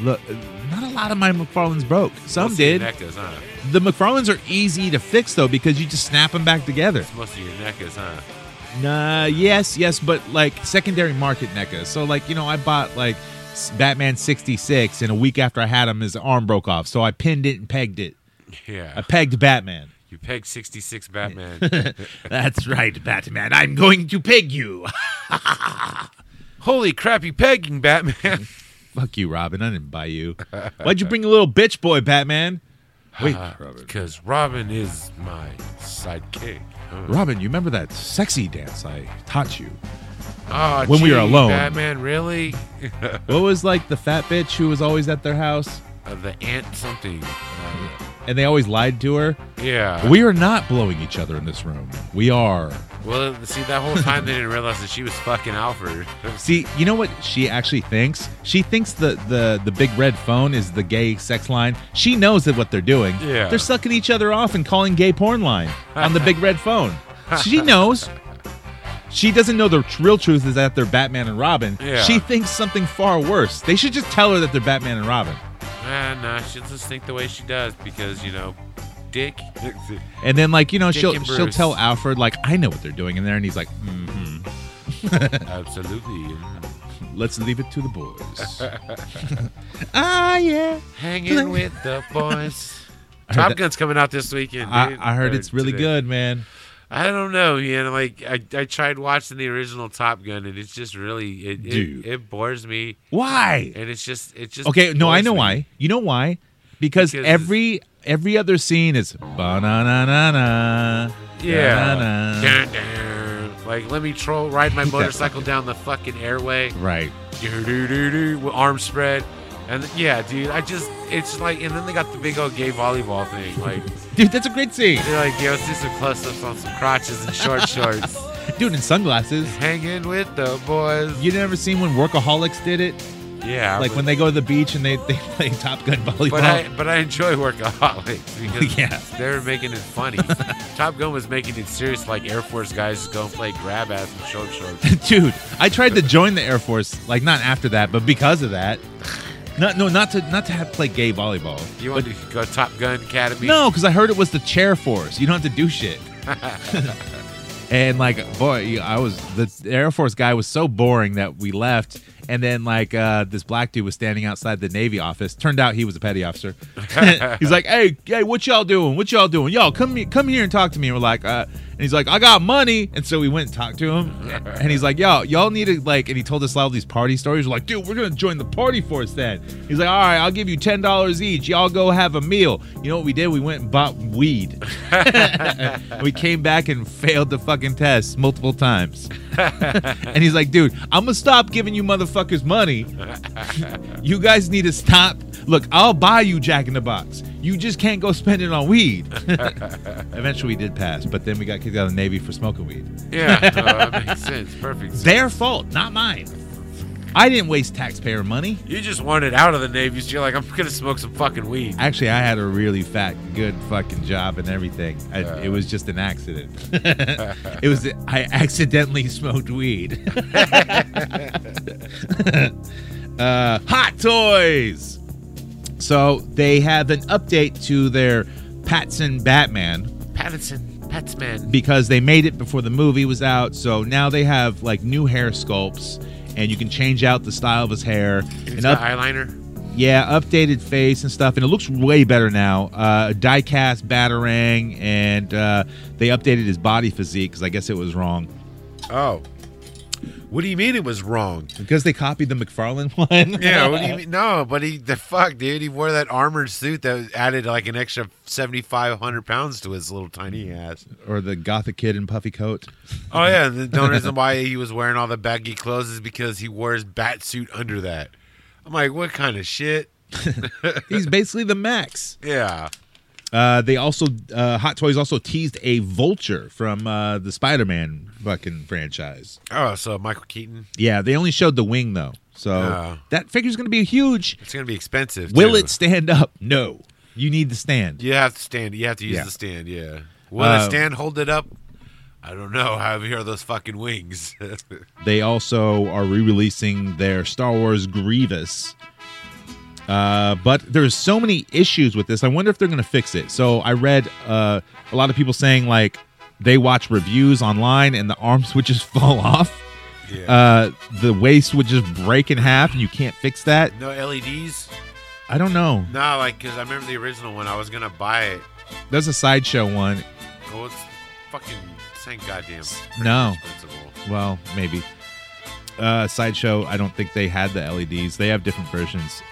Look, not a lot of my McFarlanes broke. Some Most did. Of your NECAs, huh? The McFarlanes are easy to fix though because you just snap them back together. Most of your NECAs, huh? Nah, yes, yes, but like secondary market NECA. So like you know, I bought like s- Batman sixty six, and a week after I had him, his arm broke off. So I pinned it and pegged it. Yeah. I pegged Batman. you pegged 66 Batman. That's right, Batman. I'm going to peg you. Holy crap, you pegging Batman. Fuck you, Robin. I didn't buy you. Why'd you bring a little bitch boy, Batman? Wait, Robin. Because Robin is my sidekick. huh? Robin, you remember that sexy dance I taught you? Aw, When we Ah, gee, are alone. Batman, really? What was like the fat bitch who was always at their house Uh, the ant something. Uh, and they always lied to her? yeah. We are not blowing each other in this room. We are well, see, that whole time they didn't realize that she was fucking Alfred. See, you know what she actually thinks? She thinks the the the big red phone is the gay sex line. She knows that what they're doing. Yeah. They're sucking each other off and calling gay porn line on the big red phone. She knows. She doesn't know the tr- real truth is that they're Batman and Robin. Yeah. She thinks something far worse. They should just tell her that they're Batman and Robin. Ah, nah, she'll just think the way she does because, you know, dick. And then like, you know, Dick she'll and she'll Bruce. tell Alfred like, "I know what they're doing in there." And he's like, "Mhm. Absolutely. "Let's leave it to the boys." ah, yeah. Hanging with the boys. heard Top that- Gun's coming out this weekend. I, dude, I heard or it's really today. good, man. I don't know, man. Like I, I tried watching the original Top Gun, and it's just really it Dude. it, it bores me, Why? and it's just it just Okay, no, I bores know me. why. You know why? Because, Because- every every other scene is ba na na na na. Yeah. Na, na. Dun, dun. Like let me troll ride my that motorcycle down the fucking airway, Right. do do do do, with arms spread, and yeah, dude, I just it's like, and then they got the big old gay volleyball thing, like Dude, that's a great scene. they're like, yo, let's do some close-ups on some crotches and short shorts, Dude in sunglasses. hanging with the boys. You never seen when workaholics did it? Yeah, Like but- when they go to the beach and they, they play Top Gun volleyball. But I but I enjoy workaholics because Yeah. they were making it funny. Top Gun was making it serious, like Air Force guys go and play grab ass and short shorts. Dude, I tried to join the Air Force, like not after that, but because of that. Not no, not to not to have to play gay volleyball. You want to go Top Gun Academy? No, because I heard it was the chair force. You don't have to do shit. and like, boy, I was the Air Force guy was so boring that we left. And then like uh, this black dude was standing outside the Navy office. Turned out he was a petty officer. he's like, hey, hey, what y'all doing? What y'all doing? Y'all come here, come here and talk to me. And we're like, uh, and he's like, I got money. And so we went and talked to him. And he's like, yo, y'all need to like. And he told us all these party stories. We're like, dude, we're gonna join the party force then. He's like, all right, I'll give you ten dollars each. Y'all go have a meal. You know what we did? We went and bought weed. we came back and failed the fucking test multiple times. and he's like, dude, I'm gonna stop giving you motherfuckers money. you guys need to stop. Look, I'll buy you Jack in the Box. You just can't go spend it on weed. Eventually, we did pass, but then we got kicked out of the Navy for smoking weed. Yeah, no, that makes sense. Perfect. Their fault, not mine. I didn't waste taxpayer money. You just wanted out of the Navy, so you're like, I'm gonna smoke some fucking weed. Actually, I had a really fat, good fucking job and everything. I, it was just an accident. it was I accidentally smoked weed. uh, hot toys. So they have an update to their Patson Batman Pattinson, Patsman. because they made it before the movie was out. So now they have like new hair sculpts, and you can change out the style of his hair. He's And got up, eyeliner. yeah, updated face and stuff, and it looks way better now. Uh, die-cast batarang, and uh, they updated his body physique because I guess it was wrong Oh. What do you mean it was wrong? because they copied the McFarlane one. Yeah, what do you mean? No, but he the fuck, dude. He wore that armored suit that added like an extra seventy five hundred pounds to his little tiny ass. or the gothic kid in puffy coat. Oh yeah, and the only reason why he was wearing all the baggy clothes is because he wore his bat suit under that. I'm like, what kind of shit? He's basically the Max. Yeah, Uh, they also uh, Hot Toys also teased a vulture from uh, the Spider-Man fucking franchise. Oh, so Michael Keaton. Yeah, they only showed the wing though. So Yeah. that figure's going to be huge. It's gonna be expensive. Will too. it stand up? No. You need the stand. You have to stand. You have to use Yeah. the stand. Yeah. Will Uh, the stand hold it up? I don't know. However, here are those fucking wings. They also are re-releasing their Star Wars Grievous. Uh, but there's so many issues with this. I wonder if they're going to fix it. So I read uh, a lot of people saying like they watch reviews online and the arms would just fall off. yeah. Uh, the waist would just break in half and you can't fix that. no LEDs. I don't know. No, like because I remember the original one. I was gonna buy it. There's a sideshow one. Oh, it's fucking same goddamn. No. Principle. Well, maybe. Uh, sideshow. I don't think they had the LEDs. They have different versions.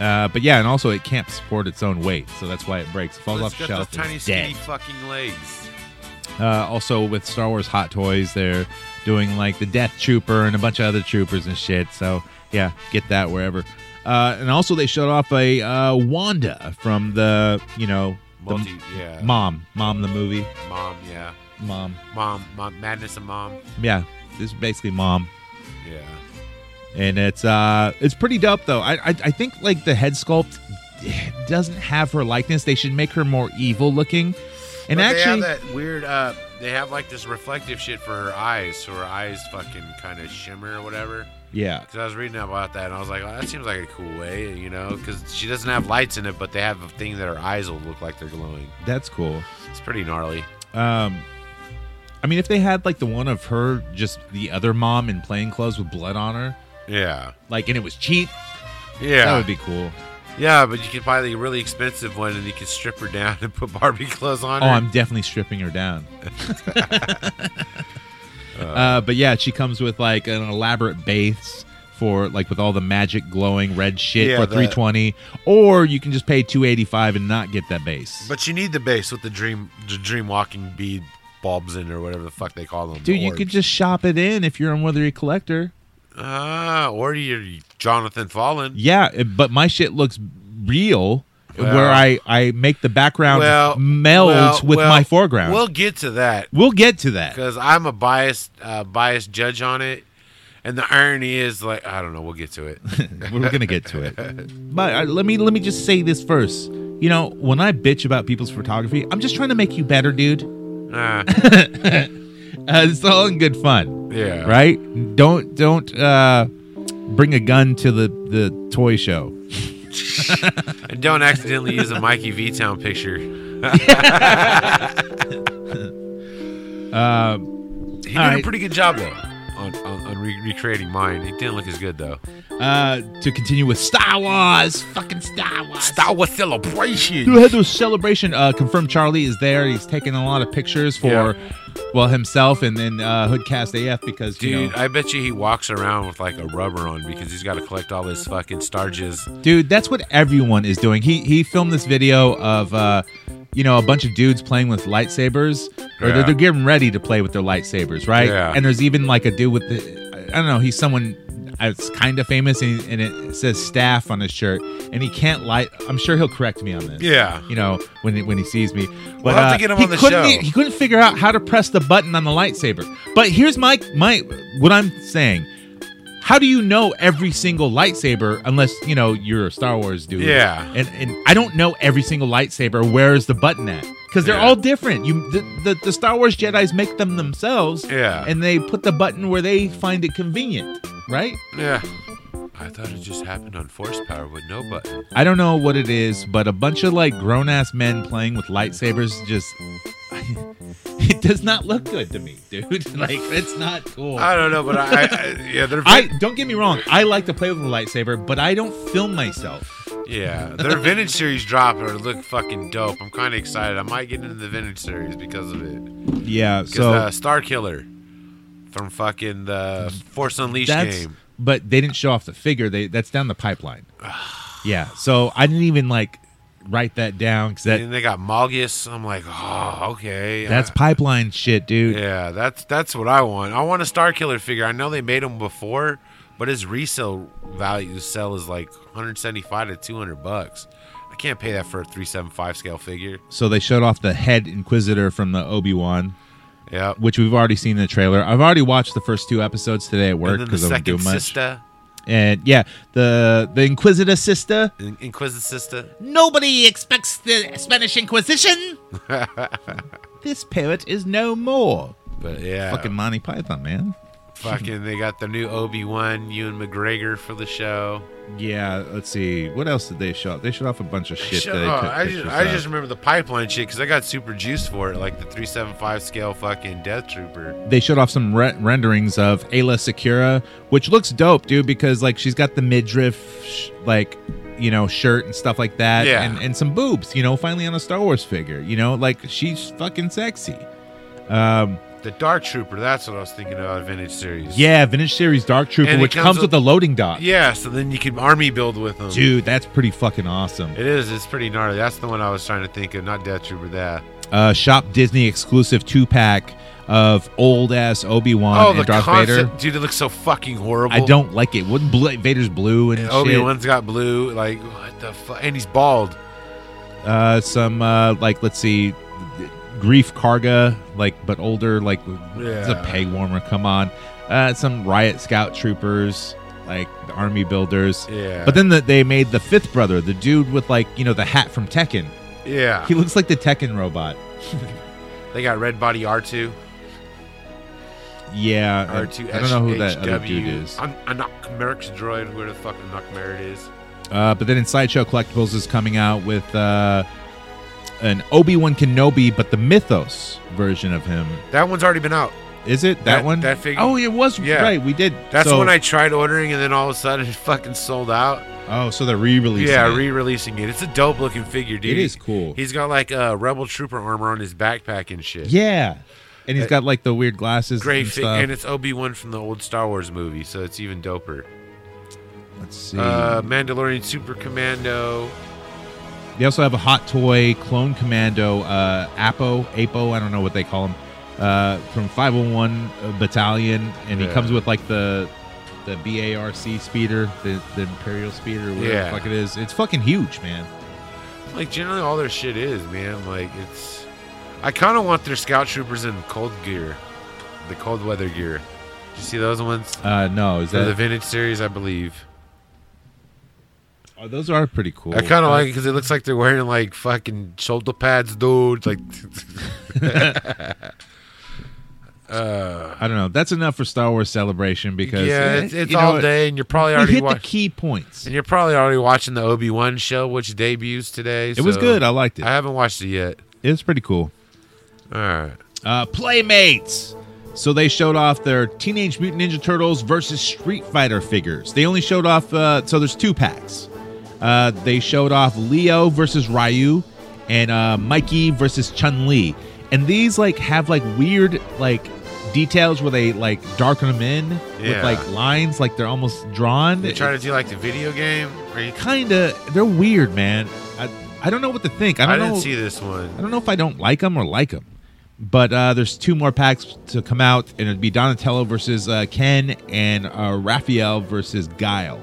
Uh, but yeah, and also it can't support its own weight, so that's why it breaks. It falls It's off the got shelf. those tiny it's skinny dead. fucking legs. Uh, also, with Star Wars Hot Toys, they're doing like the Death Trooper and a bunch of other troopers and shit. So yeah, get that wherever. Uh, and also, they showed off a uh, Wanda from the you know the Multi, yeah. mom, mom the movie, Mom, yeah. mom. Mom, mom, madness of mom. Yeah, this is basically mom. Yeah. and it's uh it's pretty dope though. I I, I think like the head sculpt doesn't have her likeness. They should make her more evil looking. And But actually, they have that weird. Uh, they have like this reflective shit for her eyes, so her eyes fucking kind of shimmer or whatever. yeah, Because I was reading about that, and I was like, oh, that seems like a cool way, you know? Because she doesn't have lights in it, but they have a thing that her eyes will look like they're glowing. that's cool. It's pretty gnarly. Um, I mean, if they had like the one of her, just the other mom in plain clothes with blood on her, Yeah. like, and it was cheap, Yeah. that would be cool. yeah, but you could buy the really expensive one, and you can strip her down and put Barbie clothes on Oh, her. I'm definitely stripping her down. uh, but yeah, she comes with like an elaborate baths for like with all the magic glowing red shit Yeah, for that- 320 or you can just pay 285 and not get that base. But you need the base with the dream, the dream walking bead bulbs in, or whatever the fuck they call them. Dude, you could just shop it in if you're a Weathery collector. ah, or you're Jonathan Fallen. Yeah, it- but my shit looks real Well- where I I make the background Well, meld well, with well, my foreground. We'll get to that. we'll get to that. because I'm a biased uh, biased judge on it. And the irony is, like, I don't know. We'll get to it. We're gonna get to it. But uh, let me let me just say this first. You know, when I bitch about people's photography, I'm just trying to make you better, dude. Uh, Uh, it's all in good fun, yeah. right? Don't don't uh, bring a gun to the the toy show. And don't accidentally use a Mikey V Town picture. He did a right. pretty good job though on, on, on re- recreating mine. It didn't look as good though. Uh, to continue with Star Wars, fucking Star Wars. Star Wars Who celebration. had those celebration? Uh, confirmed Charlie is there. He's taking a lot of pictures Yeah. for, well, himself and then uh, Hoodcast AF because you Dude, know, I bet you he walks around with like a rubber on because he's got to collect all his fucking star jizz. dude that's what everyone is doing he he filmed this video of uh you know a bunch of dudes playing with lightsabers or Yeah. they're, they're getting ready to play with their lightsabers right Yeah. and there's even like a dude with the i don't know he's someone that's kind of famous and, and it says staff on his shirt and he can't light i'm sure he'll correct me on this Yeah. you know when he- when he sees me but We'll have to uh, get him he on the couldn't show. e- he couldn't figure out how to press the button on the lightsaber but here's my my what i'm saying how do you know every single lightsaber unless you know you're a Star Wars dude? Yeah. and and I don't know every single lightsaber. Where is the button at? Because they're Yeah. all different. You the, the the Star Wars Jedi's make them themselves. Yeah. and they put the button where they find it convenient. Right? Yeah. I thought it just happened on force power with no button. I don't know what it is, but a bunch of like grown ass men playing with lightsabers just. it does not look good to me, dude. Like it's not cool. I don't know, but I, I yeah, their I vin- don't get me wrong. I like to play with a lightsaber, but I don't film myself. yeah, their vintage series drop or look fucking dope. I'm kind of excited. I might get into the vintage series because of it. Yeah, Because so uh, Star Killer from fucking the Force Unleashed that's game. but they didn't show off the figure. They that's down the pipeline. yeah, so I didn't even like write that down because that And they got Malgus. I'm like, oh, okay. that's I- pipeline shit, dude. yeah, that's that's what I want. I want a Star Killer figure. I know they made them before, but his resale value sell is like 175 to 200 bucks. I can't pay that for a 375 scale figure. So they showed off the head inquisitor from the Obi Wan, Yeah. which we've already seen in the trailer. I've already watched the first two episodes today at And work then the because I don't do second much. sister. And yeah, the the Inquisitor sister. In- Inquisitor sister. Nobody expects the Spanish Inquisition. this parrot is no more. But yeah, Fucking fucking, Monty Python, man. they got the new Obi Wan, Ewan McGregor for the show. Yeah, let's see. What else did they show? They showed off a bunch of shit. Shut that they up. took I just, pictures I of. just remember the pipeline shit because I got super juiced for it, like the 375 scale fucking Death Trooper. they showed off some re- renderings of Ayla Secura, which looks dope, dude, because like she's got the midriff, sh- like you know, shirt and stuff like that, Yeah. and and some boobs, you know, finally on a Star Wars figure, you know, like she's fucking sexy. The Dark Trooper, that's what I was thinking about, Vintage Series. Yeah, vintage series Dark Trooper, And it which comes comes with- with a loading dock. Yeah, so then you can army build with them. Dude, that's pretty fucking awesome. It is. It's pretty gnarly. That's the one I was trying to think of, not Death Trooper, that. Uh, Shop Disney exclusive two pack of old ass Obi Wan Oh, and the Darth concept. Vader. Dude, it looks so fucking horrible. I don't like it. Wouldn't bl- Vader's blue and Obi shit. Wan's got blue. Like, what the fuck? And he's bald. uh, some uh, like let's see, grief carga like but older like it's a Yeah. peg warmer. Come on, uh, some riot scout troopers like the army builders. Yeah. But then the, they made the fifth brother, the dude with like you know the hat from Tekken. Yeah. He looks like the Tekken robot. They got Red Body R2. Yeah, I- R2 I don't know who that other dude is. An- Anak Merrick's droid, where the fuck Anak Merrick is. Uh, but then in Sideshow Collectibles is coming out with uh, an Obi Wan Kenobi, but the Mythos version of him. That one's already been out. Is it that, That- one? that figure- Oh, it was Yeah. right. We did. That's so, when I tried ordering, and then all of a sudden it fucking sold out. Oh, so they're re-releasing. yeah, it. re-releasing it. It's a dope looking figure, dude. It is cool. He's got like a rebel trooper armor on his backpack and shit. yeah, and he's Uh, got like the weird glasses. Great and fig- stuff. and it's Obi Wan from the old Star Wars movie, so it's even doper. Let's see. Uh, Mandalorian Super Commando. they also have a hot toy clone commando, uh, Apo, Apo. I don't know what they call him. Uh, from 501 uh, Battalion, and he Yeah. comes with like the the BARC speeder, the, the Imperial speeder, whatever Yeah. the fuck it is. It's fucking huge, man. Like generally, all their shit is man. Like it's. I kind of want their scout troopers in cold gear, the cold weather gear. Did you see those ones? Uh, no, is For the that vintage series, I believe. oh, those are pretty cool. I kind Uh, of like it because it looks like they're wearing like fucking shoulder pads, dude. Like, I don't know. That's enough for Star Wars Celebration because yeah, eh, it's, it's you know all what? day, and you're probably We already hit the watching. key points. And you're probably already watching the Obi Wan show, which debuts today. It was good. I liked it. I haven't watched it yet. It was pretty cool. All right. Uh, Playmates. So they showed off their Teenage Mutant Ninja Turtles versus Street Fighter figures. They only showed off, uh, so there's two packs. Uh, they showed off Leo versus Ryu and uh, Mikey versus Chun Li. And these like have like weird like details where they like darken them in with Yeah. like lines, like they're almost drawn. They try to do like the video game. Or you, kinda they're weird, man. I I don't know what to think. I I, don't know. didn't see this I one. don't know if I don't like them or like them. But uh, there's two more packs to come out, and it'd be Donatello versus uh, Ken and uh, Raphael versus Guile.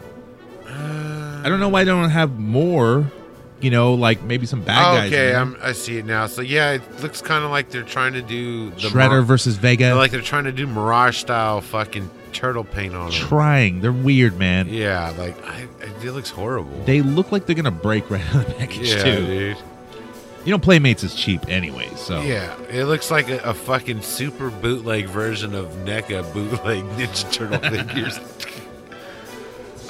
I don't know why I don't have more. You know, like maybe some bad Oh, guys. in okay, there. I'm, I see it now. So yeah, it looks kind of like they're trying to do the Shredder Mar- versus Vega. like they're trying to do Mirage style fucking turtle paint on them. trying. They're weird, man. Yeah, like I, I, it looks horrible. They look like they're gonna break right out of the package yeah, too. dude. You know, Playmates is cheap anyway, so Yeah, it looks like a, a fucking super bootleg version of NECA bootleg Ninja Turtle figures.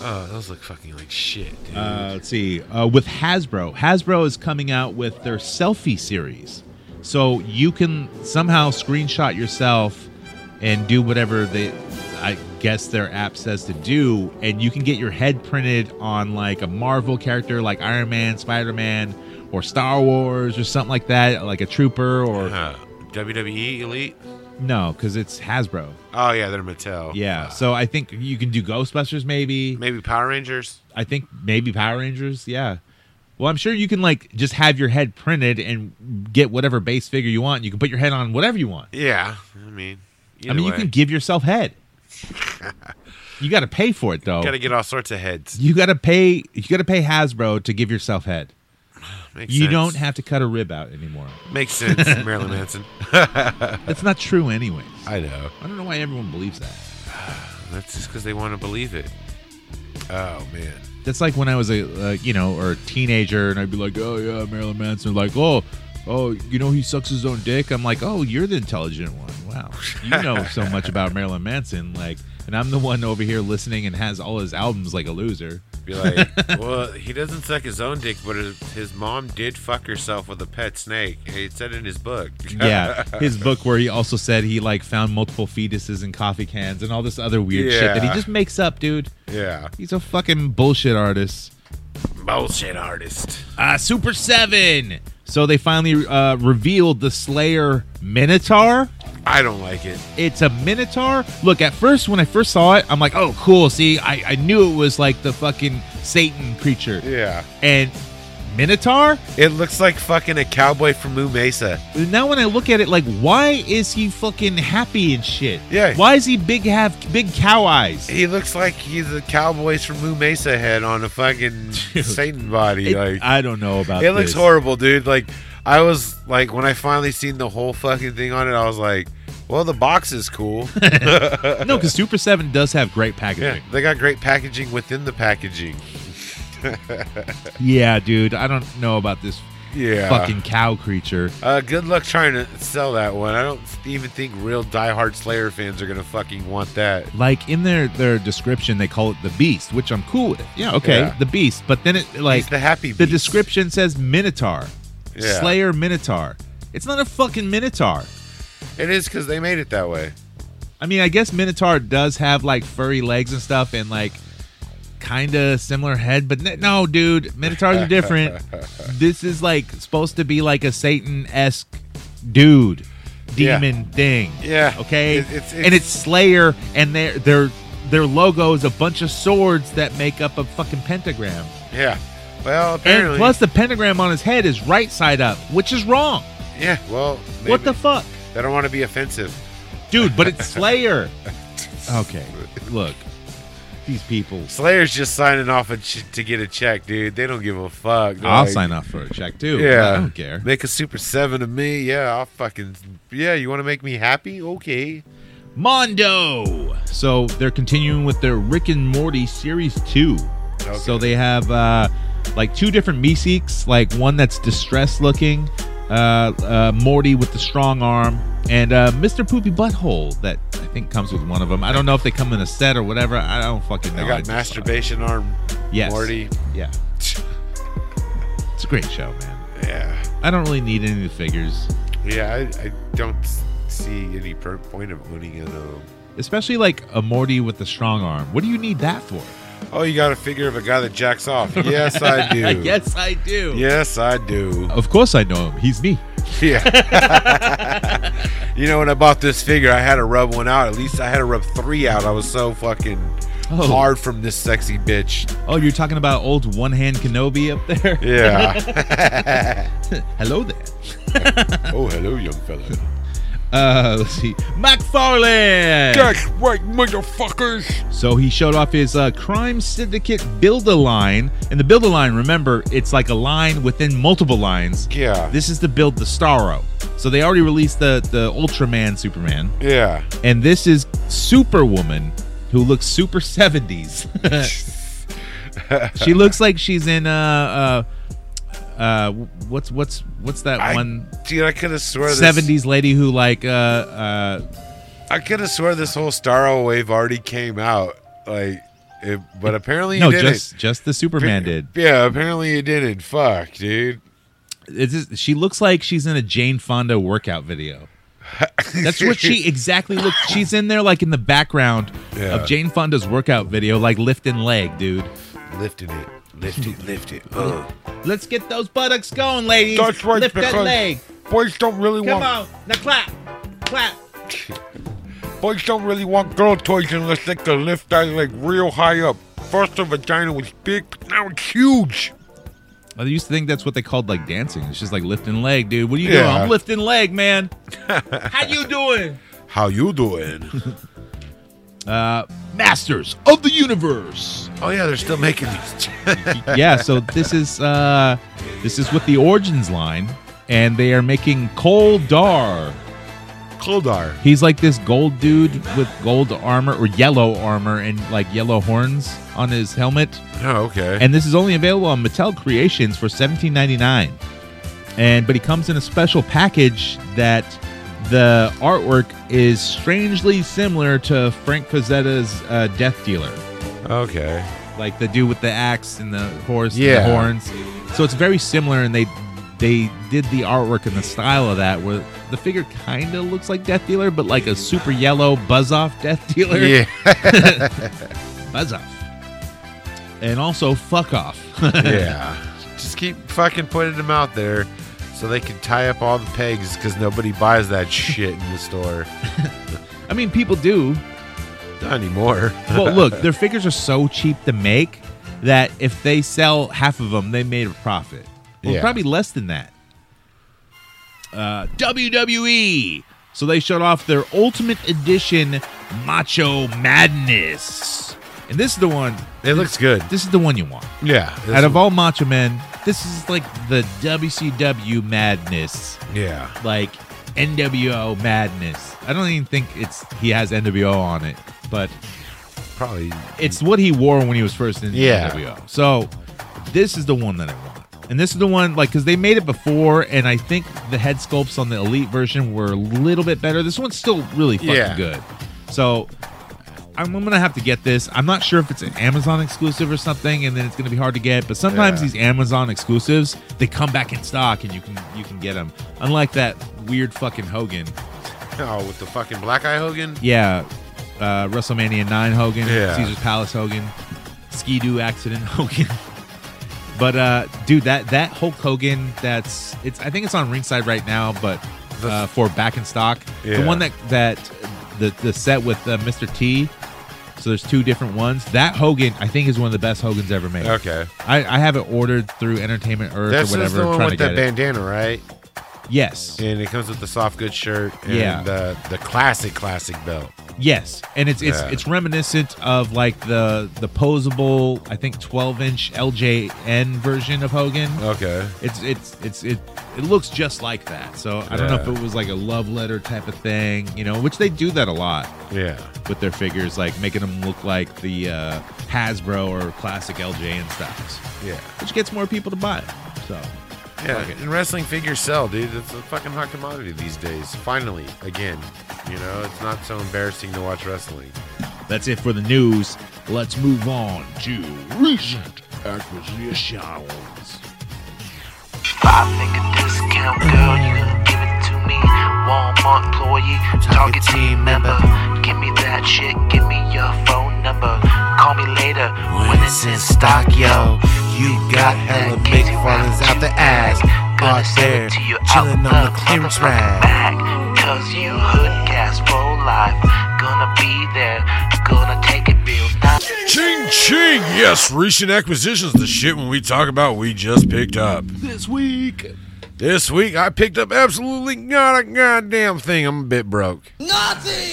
oh, those look fucking like shit, dude. Uh, let's see. Uh, with Hasbro, Hasbro is coming out with their selfie series, so you can somehow screenshot yourself and do whatever they, I guess their app says to do, and you can get your head printed on like a Marvel character, like Iron Man, Spider Man, or Star Wars, or something like that, like a trooper, or no, 'cause Uh, WWE Elite? no, because it's Hasbro. Oh, yeah, they're Mattel. Yeah, so I think you can do Ghostbusters maybe. Maybe Power Rangers? I think maybe Power Rangers. Yeah. Well, I'm sure you can like just have your head printed and get whatever base figure you want. You can put your head on whatever you want. Yeah, I mean, either I mean, way. you can give yourself head. you got to pay for it though. Gotta get all sorts of heads. you got to pay. You got to pay Hasbro to give yourself head. Makes You sense. don't have to cut a rib out anymore. Makes sense, Marilyn Manson. That's not true, anyways. I know. I don't know why everyone believes that. That's just because they want to believe it. Oh man. That's like when I was a, uh, you know, or a teenager, and I'd be like, oh yeah, Marilyn Manson. Like, oh, oh, you know, he sucks his own dick. I'm like, oh, you're the intelligent one. Wow, you know so much about Marilyn Manson. Like, and I'm the one over here listening and has all his albums like a loser. Be like, well, he doesn't suck his own dick, but his, his mom did fuck herself with a pet snake. It said in his book. yeah, his book where he also said he like found multiple fetuses in coffee cans and all this other weird shit that he Yeah. just makes up, dude. yeah. He's a fucking bullshit artist. Bullshit artist. Uh, Super Seven. So they finally uh, revealed the Slayer Minotaur. I don't like it. It's a Minotaur. Look, at first when I first saw it, I'm like, oh, cool. See, I, I knew it was like the fucking Satan creature. Yeah. And Minotaur. It looks like fucking a cowboy from Moo Mesa. Now when I look at it, like, why is he fucking happy and shit? Yeah. Why is he big have big cow eyes? He looks like he's a cowboys from Moo Mesa head on a fucking Satan body. It- like I don't know about. it looks this. horrible, dude. Like I was like when I finally seen the whole fucking thing on it, I was like, well, the box is cool. No, because Super Seven does have great yeah, packaging. they got great packaging within the packaging. Yeah, dude. I don't know about this Yeah. fucking cow creature. Uh, good luck trying to sell that one. I don't even think real diehard Slayer fans are gonna fucking want that. Like in their their description, they call it the Beast, which I'm cool with. Yeah, okay, Yeah. the Beast. But then it like He's the happy. the beast. description says Minotaur, Yeah. Slayer Minotaur. It's not a fucking Minotaur. It is because they made it that way. I mean, I guess Minotaur does have like furry legs and stuff, and like kind of similar head, but n- no, dude, Minotaurs are different. this is like supposed to be like a Satan esque dude, Yeah. demon thing. Yeah. Okay. It- it's- and it's- it's Slayer, and their their their logo is a bunch of swords that make up a fucking pentagram. Yeah. Well, apparently. And plus, the pentagram on his head is right side up, which is wrong. yeah. Well, What maybe the fuck? they don't want to be offensive. dude. But it's Slayer. okay, look, these people. Slayer's just signing off a ch- to get a check, dude. They don't give a fuck. They're I'll like, sign up for a check too. Yeah, I don't care. Make a super seven of me. Yeah, I'll fucking. Yeah, you want to make me happy? Okay. Mondo. So they're continuing with their Rick and Morty series two. Okay. So they have uh, like two different Meeseeks, like one that's distressed looking, uh, uh, Morty with the strong arm, and uh, Mr. Poopy Butthole that I think comes with one of them. I don't know if they come in a set or whatever. I don't fucking know. I I got just saw it. masturbation arm. Yes. Morty. Yeah. It's a great show, man. Yeah. I don't really need any of the figures, Yeah, I, I don't s- see any per- point of owning it. Um, especially like a Morty with the strong arm. What do you need that for? oh, you got a figure of a guy that jacks off. Yes, I do. yes, I do. Yes, I do. Of course I know him. He's me. Yeah. you know, when I bought this figure, I had to rub one out. At least I had to rub three out. I was so fucking Oh. hard from this sexy bitch. Oh, you're talking about old one hand Kenobi up there? Yeah. Hello there. oh, hello, young fella. Uh, let's see. McFarlane! right, motherfuckers. So he showed off his uh, Crime Syndicate Build a Line. And the Build a Line, remember, it's like a line within multiple lines. Yeah. This is to build the Starro. So they already released the, the Ultraman Superman. yeah. and this is Superwoman, who looks super seventies. she looks like she's in uh uh uh what's what's what's that I- one Dude, I could have swore this. seventies lady who like uh uh I could have swore this whole Starro wave already came out. Like, it, but apparently no it didn't. just just the Superman did. Yeah, apparently it didn't. Fuck, dude. It's just- she looks like she's in a Jane Fonda workout video. That's what she exactly looks. She's in there like in the background Yeah. of Jane Fonda's workout video, like lifting leg, dude. Lifting it. Lift it, lift it. Uh. Let's get those buttocks going, ladies. Lift that leg. boys don't really Come on, now clap, clap. Boys don't really want girl toys unless they can lift that leg real high up. First, the vagina was big, but now it's huge. I used to think that's what they called like dancing. It's just like lifting leg, dude. What are you doing? Yeah. I'm lifting leg, man. How you doing? How you doing? Masters of the universe. oh yeah, they're still making these. yeah, so this is uh this is with the Origins line, and they are making Coal Dar. Koldar? He's like this gold dude with gold armor or yellow armor and like yellow horns on his helmet. Oh, okay. And this is only available on Mattel Creations for $17.99. And but he comes in a special package that the artwork is strangely similar to Frank Pazzetta's uh, Death Dealer, okay. like the dude with the axe and the horse and Yeah. the horns. So it's very similar, and they they did the artwork and the style of that where the figure kind of looks like Death Dealer, but like a super yellow buzz off Death Dealer. Yeah. Buzz off. And also fuck off. yeah. Just keep fucking putting them out there so they can tie up all the pegs because nobody buys that shit in the store. I mean, people do, Not anymore. Well, look, their figures are so cheap to make that if they sell half of them, they made a profit. Well, Yeah. probably less than that. Uh, WWE. So they showed off their Ultimate Edition Macho Madness, and this is the one. It looks good. This is the one you want. Yeah. this- Out of all Macho Men, this is like the WCW Madness, yeah. like NWO Madness. I don't even think it's he has NWO on it, but Probably. it's what he wore when he was first in Yeah. NWO. So this is the one that I want. And this is the one, like, because they made it before, and I think the head sculpts on the Elite version were a little bit better. This one's still really fucking Yeah. good. So I'm, I'm going to have to get this. I'm not sure if it's an Amazon exclusive or something, and then it's going to be hard to get. But sometimes Yeah. these Amazon exclusives, they come back in stock, and you can you can get them. Unlike that weird fucking Hogan. Oh, with the fucking black eye Hogan? Yeah, uh, WrestleMania 9 Hogan, Yeah. Caesar's Palace Hogan, Ski Doo accident Hogan. But uh, dude, that that Hulk Hogan, that's it's. I think it's on ringside right now, but uh, for back in stock, Yeah. the one that that the the set with uh, Mr. T. So there's two different ones. That Hogan, I think, is one of the best Hogans ever made. Okay. I, I have it ordered through Entertainment Earth That's or just whatever. the one trying with to that get it. bandana, right? Yes. And it comes with the soft goods shirt and Yeah. the, the classic, classic belt. Yes, and it's it's Yeah. it's reminiscent of like the the posable I think 12 inch LJN version of Hogan. Okay. It's it's it's it it looks just like that. So I don't know if Yeah. it was like a love letter type of thing, you know, which they do that a lot Yeah. with their figures, like making them look like the uh, Hasbro or classic LJN styles, Yeah. which gets more people to buy. It. So Yeah, Fuck it. and wrestling figures sell, dude. It's a fucking hot commodity these days. Finally, again, you know, it's not so embarrassing to watch wrestling. that's it for the news. Let's move on to recent acquisitions. Five nigga discount, girl, you can give it to me. Walmart employee, Target team member. Give me that shit, give me your phone number. Call me later when it's in stock, yo. You got hella big fallers out the ass. Out there, chilling on the clearance rack. Cause you hood cats for life. Gonna be there, gonna take it real nice. Ching ching! Yes, recent acquisitions, the shit when we talk about we just picked up. This week, this week, I picked up absolutely not a goddamn thing. I'm a bit broke.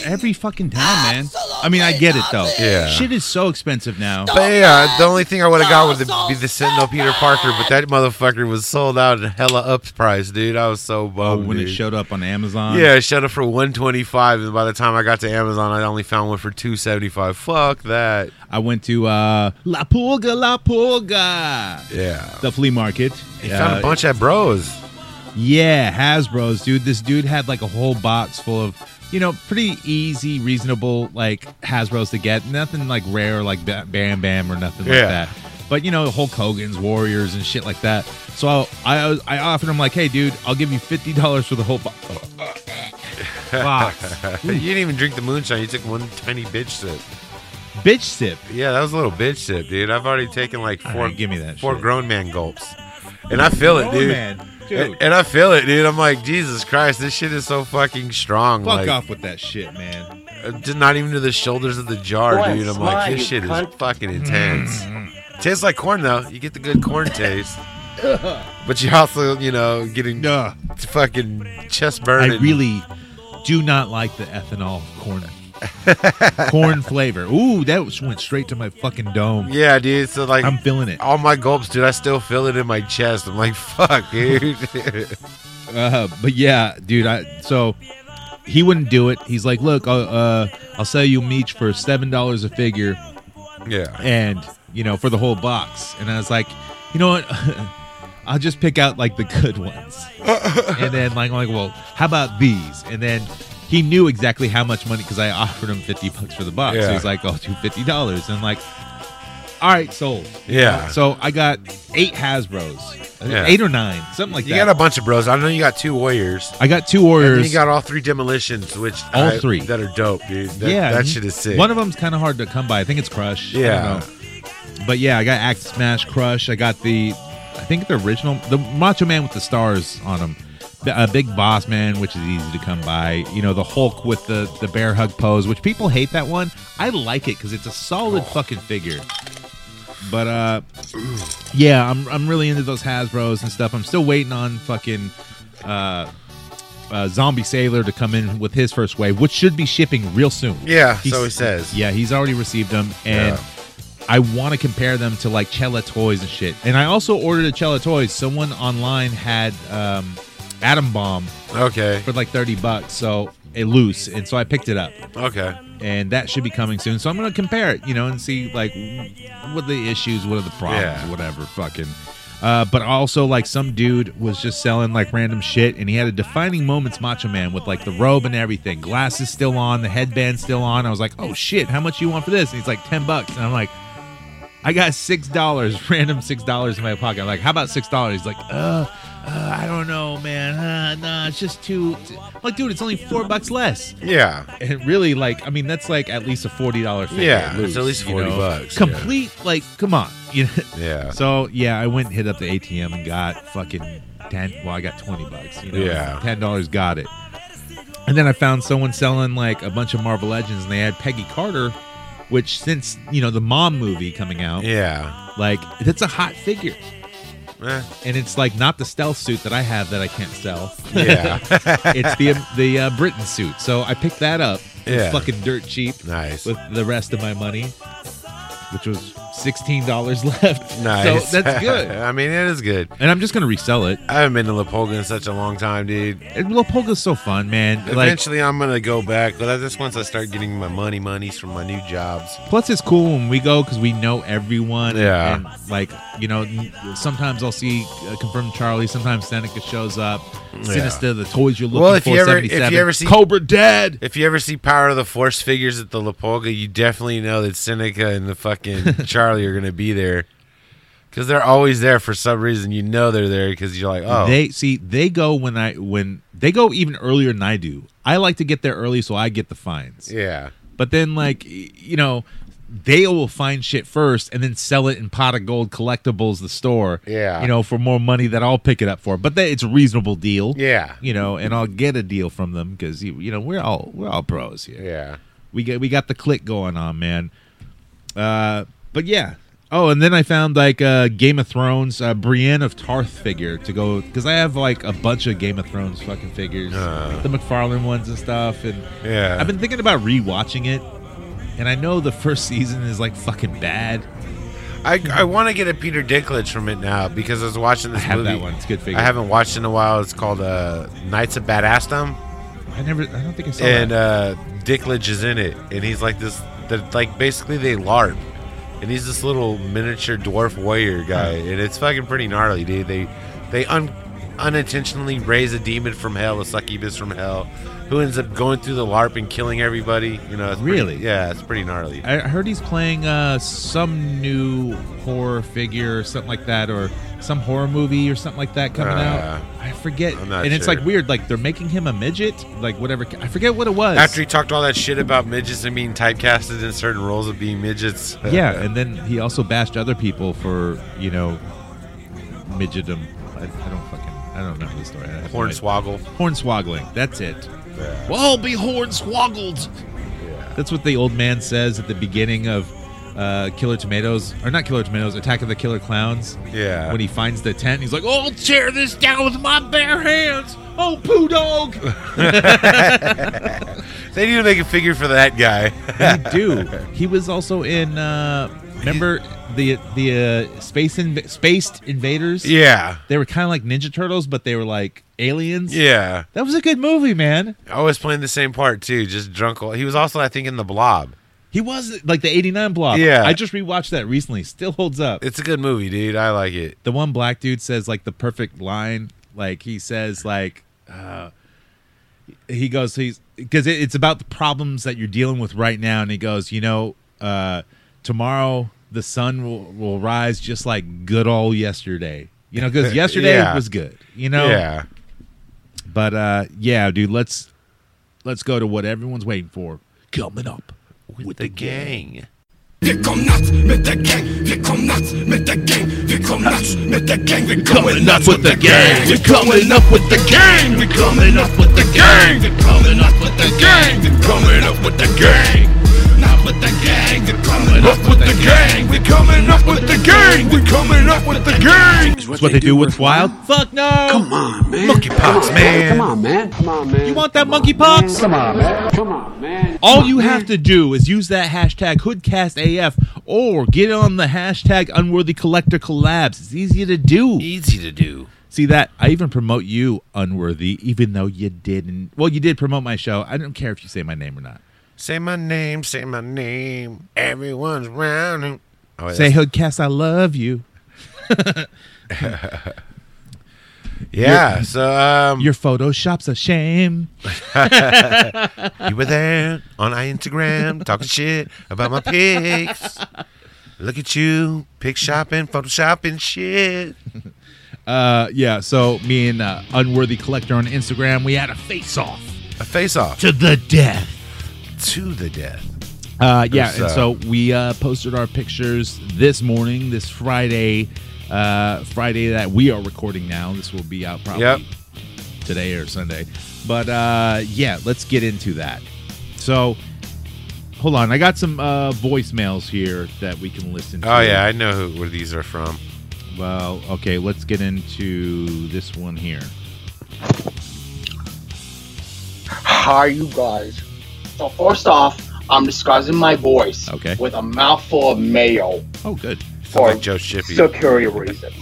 every fucking time, man. I mean, I get it though. Yeah. shit is so expenve now. But yeah, the only thing I would have got would be the Sentinel Peter Parker, but that motherfucker was sold out at hella up price, dude. I was so bummed. Oh, when it Oh, dude. showed up on Amazon, Yeah, it showed up for 125 and by the time I got to Amazon, I only found one for 275. Fuck that. I went to uh, La Pulga, La Pulga, Yeah. the flea market. He found Uh, a bunch at Bros. Yeah, Hasbro's, dude. This dude had like a whole box full of, you know, pretty easy, reasonable like Hasbro's to get. Nothing like rare, like Ba- Bam Bam or nothing Yeah. like that. But you know, Hulk Hogan's, Warriors, and shit like that. So I, I, I offered him like, hey, dude, I'll give you fifty dollars for the whole bo- box. you didn't even drink the moonshine. You took one tiny bitch sip. Bitch sip. Yeah, that was a little bitch sip, dude. I've already taken like All four. right, give me that Four shit. grown man gulps, and I feel it, Grown dude. Oh, man, dude. And, and I feel it, dude. I'm like, Jesus Christ, this shit is so fucking strong. Fuck like, off with that shit, man. uh, Just not even to the shoulders of the jar, dude. I'm like, this shit is fucking Mm-hmm. intense. Tastes like corn though. You get the good corn taste, but you also, you know, getting Ugh. fucking chest burning. I really do not like the ethanol of corn. corn flavor. Ooh, that was, went straight to my fucking dome. Yeah, dude. So like, I'm feeling it. all my gulps, dude. I still feel it in my chest. I'm like, fuck, dude. Uh, but yeah, dude. I so he wouldn't do it. He's like, look, I'll, uh, I'll sell you meat for seven dollars a figure, Yeah. and you know for the whole box. And I was like, you know what? I'll just pick out like the good ones. and then like I'm like, well, how about these? And then he knew exactly how much money because I offered him fifty bucks for the box. So Yeah. he's like, oh, do fifty dollars. And I'm like, all right, sold. Yeah. So I got eight Hasbro's, Yeah. eight or nine, something like You that. got a bunch of bros. I know you got two warriors. I got two And then Warriors. you got all three demolitions, which All I- three. that are dope, dude. That, yeah, that you- shit is sick. One of them's kind of hard to come by. I think it's Crush. I don't Yeah. know. But yeah, I got Axe Smash Crush. I got the, I think the original, the Macho Man with the stars on him. The, a big boss man, which is easy to come by. You know the Hulk with the the bear hug pose, which people hate that one. I like it because it's a solid Oh. fucking figure. But uh, yeah, I'm I'm really into those Hasbro's and stuff. I'm still waiting on fucking uh, uh, Zombie Sailor to come in with his first wave, which should be shipping real soon. Yeah, so he says. Yeah, he's already received them, and I want to compare them to like Cella Toys and shit. And I also ordered a Cella Toys. Someone online had um, Atom Bomb Okay. for like thirty bucks, so a loose, and so I picked it up Okay. and that should be coming soon. So I'm gonna compare it, you know, and see like what are the issues, what are the problems, Yeah. whatever, fucking. Uh, but also like some dude was just selling like random shit, and he had a defining moments Macho Man with like the robe and everything, glasses still on, the headband still on. I was like, oh shit, how much you want for this? And he's like ten bucks, and I'm like. I got six dollars, random six dollars in my pocket. I'm like, how about six dollars? He's like, uh, uh, I don't know, man. Uh, nah, it's just too. I'm like, dude, it's only four bucks less Yeah. and really like i mean that's like at least a $40 figure Yeah, it's loose, at least you 40 know? bucks, yeah. complete like come on you know? Yeah. so yeah i went and hit up the atm and got fucking 10 well i got 20 bucks you know Yeah. $10 got it and then i found someone selling like a bunch of marvel legends and they had peggy carter which since you know the mom movie coming out Yeah. like that's a hot figure Eh, and it's like not the stealth suit that i have that i can't sell yeah. it's the the uh, britain suit so i picked that up It was Yeah. fucking dirt cheap nice. with the rest of my money, which was sixteen dollars left. nice. So that's good. I mean, it is good. And I'm just gonna resell it. I haven't been to Lapolga in such a long time, dude. And Lopolga's so fun, man. Like, Eventually, I'm gonna go back, but that's just once I start getting my money, monies from my new jobs. plus it's cool when we go because we know everyone. Yeah. And, like, you know, n- sometimes I'll see uh, confirmed Charlie. Sometimes Seneca shows up. Sinister, the toys you're looking Well, if for. you ever- if you 77. ever see- Cobra Dead. If you ever see Power of the Force figures at the Lapolga, you definitely know that Seneca and the fucking Charlie are gonna be there, because they're always there for some reason. You know they're there because you're like, oh, They see they go when I when they go even earlier than I do. I like to get there early so I get the fines. yeah, But Mm. then, like, y- you know, they will find shit first and then sell it in pot of gold collectibles, the store. Yeah. You know, for more money that I'll pick it up for. But they, it's a reasonable deal. Yeah. You know, and I'll get a deal from them because you, you know we're all we're all pros here. yeah, We get we got the click going on, man. Uh, but yeah. Oh, and then I found like uh, Game of Thrones uh, Brienne of Tarth figure to go because I have like a bunch of Game of Thrones fucking figures, Uh. the McFarlane ones and stuff, and yeah. I've been thinking about rewatching it, and I know the first season is like fucking bad. I, I want to get a Peter Dinklage from it now because I was watching this I have movie. that one. It's a good figure. I haven't watched in a while. It's called uh, Knights of Badassdom, I never. I don't think I saw and that. uh, Dinklage is in it, and he's like this. They're like basically they LARP, and he's this little miniature dwarf warrior guy, Hmm. and it's fucking pretty gnarly, dude. They they un, unintentionally raise a demon from hell, a succubus from hell, who ends up going through the LARP and killing everybody. You know, it's pretty- Really? yeah, it's pretty gnarly. I heard he's playing uh, some new horror figure or something like that, or some horror movie or something like that coming Uh, out. I forget. I'm not and it's sure. like weird. Like they're making him a midget. Like whatever. I forget what it was. After he talked all that shit about midgets and being typecasted in certain roles of being midgets. uh, yeah, and then he also bashed other people for you know midgetdom. I, I don't fucking. I don't know the story. I have no idea. Hornswoggle. Hornswoggling. That's it. Yeah. We'll all be hornswoggled. That's what the old man says at the beginning of uh, Killer Tomatoes, or not Killer Tomatoes, Attack of the Killer Clowns. Yeah. When he finds the tent, he's like, "Oh, I'll tear this down with my bare hands." Oh, poo dog. They need to make a figure for that guy. they do. He was also in. Uh, remember the the uh, space inv- spaced invaders? yeah. They were kind of like Ninja Turtles, but they were like aliens. Yeah. That was a good movie, man. I was playing the same part too, just drunk. all- He was also, I think, in the Blob. He was like the 89 block. Yeah. I just rewatched that recently. Still holds up. It's a good movie, dude. I like it. the one black dude says like the perfect line. Like he says like uh he goes he's because it, it's about the problems that you're dealing with right now and he goes, you know, uh tomorrow the sun will, will rise just like good old yesterday. You know, because yesterday Yeah. was good. You know? Yeah. But uh yeah, dude, let's let's go to what everyone's waiting for. Coming up. With the gang. Wir kommen nuts mit der Gang. Wir kommen nuts mit der Gang. Wir kommen nuts mit der Gang. Wir kommen nuts with the gang. We're coming up with the gang. We're coming up with the gang. We're coming up with the gang. We're coming up with the gang. Not with the gang. We're coming up with the gang. We're coming up with the gang. We're coming up with the gang. That's what they do with wild? Fuck no! Come on, Monkeypox, man. on, man. Come on, man. you want that monkeypox? Come on, man. Come on, man. All you have to do is use that hashtag HoodcastAF or get on the hashtag Unworthy Collector Collabs. It's easy to do. Easy to do. See that? I even promote you, Unworthy, even though you didn't. Well, you did promote my show. I don't care if you say my name or not. Say my name. Say my name. Everyone's round. Oh, wait, Say Hoodcast, I love you. that's- yeah. So um, Your Photoshop's a shame. you were there on Instagram talking shit about my pics. Look at you, pic shopping, photoshopping shit. Uh, yeah. So me and uh, Unworthy Collector on Instagram, we had a face off A face off to the death. to the death. Uh, yeah, It and was, so we uh, posted our pictures this morning, this Friday, uh, Friday that we are recording now. This will be out probably Yep. today or Sunday. But uh, yeah, let's get into that. So hold on, I got some uh, voicemails here that we can listen to. Oh yeah, I know who, where these are from. Well, okay, let's get into this one here. Hi, you guys. So first off, I'm disguising my voice Okay. with a mouthful of mayo Oh, good. for like Joe Shippey. security reasons.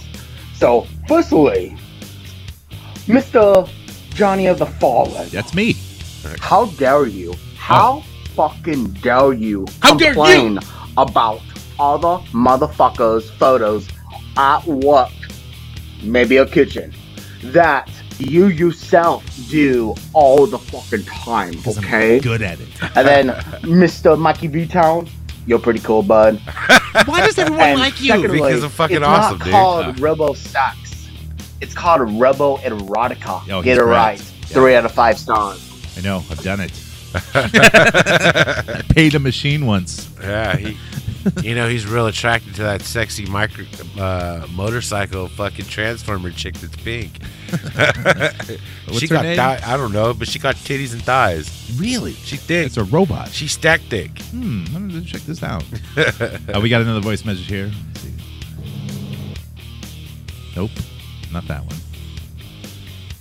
So, firstly, Mr. Johnny of the Fallen, That's me. how dare you? How fucking dare you How dare you? complain about other motherfuckers' photos at work, maybe a kitchen, that you yourself do all the fucking time, 'cause I'm okay? good at it. And then Mr. Mikey V Town, you're pretty cool, bud. Why does everyone And like you? secondly, Because I'm fucking it's awesome, not dude. Ah. called Robo Sex. It's called Robo Erotica. Oh, he's Get it right. correct. Yeah. Three out of five stars. I know. I've done it. I paid a machine once. Yeah, he. you know he's real attracted to that sexy micro uh, motorcycle fucking transformer chick that's pink. What's she her got name? thigh- I don't know, but she got titties and thighs. Really? She thick. It's a robot. She stack thick. Hmm. I'm gonna check this out. uh, we got another voice message here. Let's see. Nope, not that one.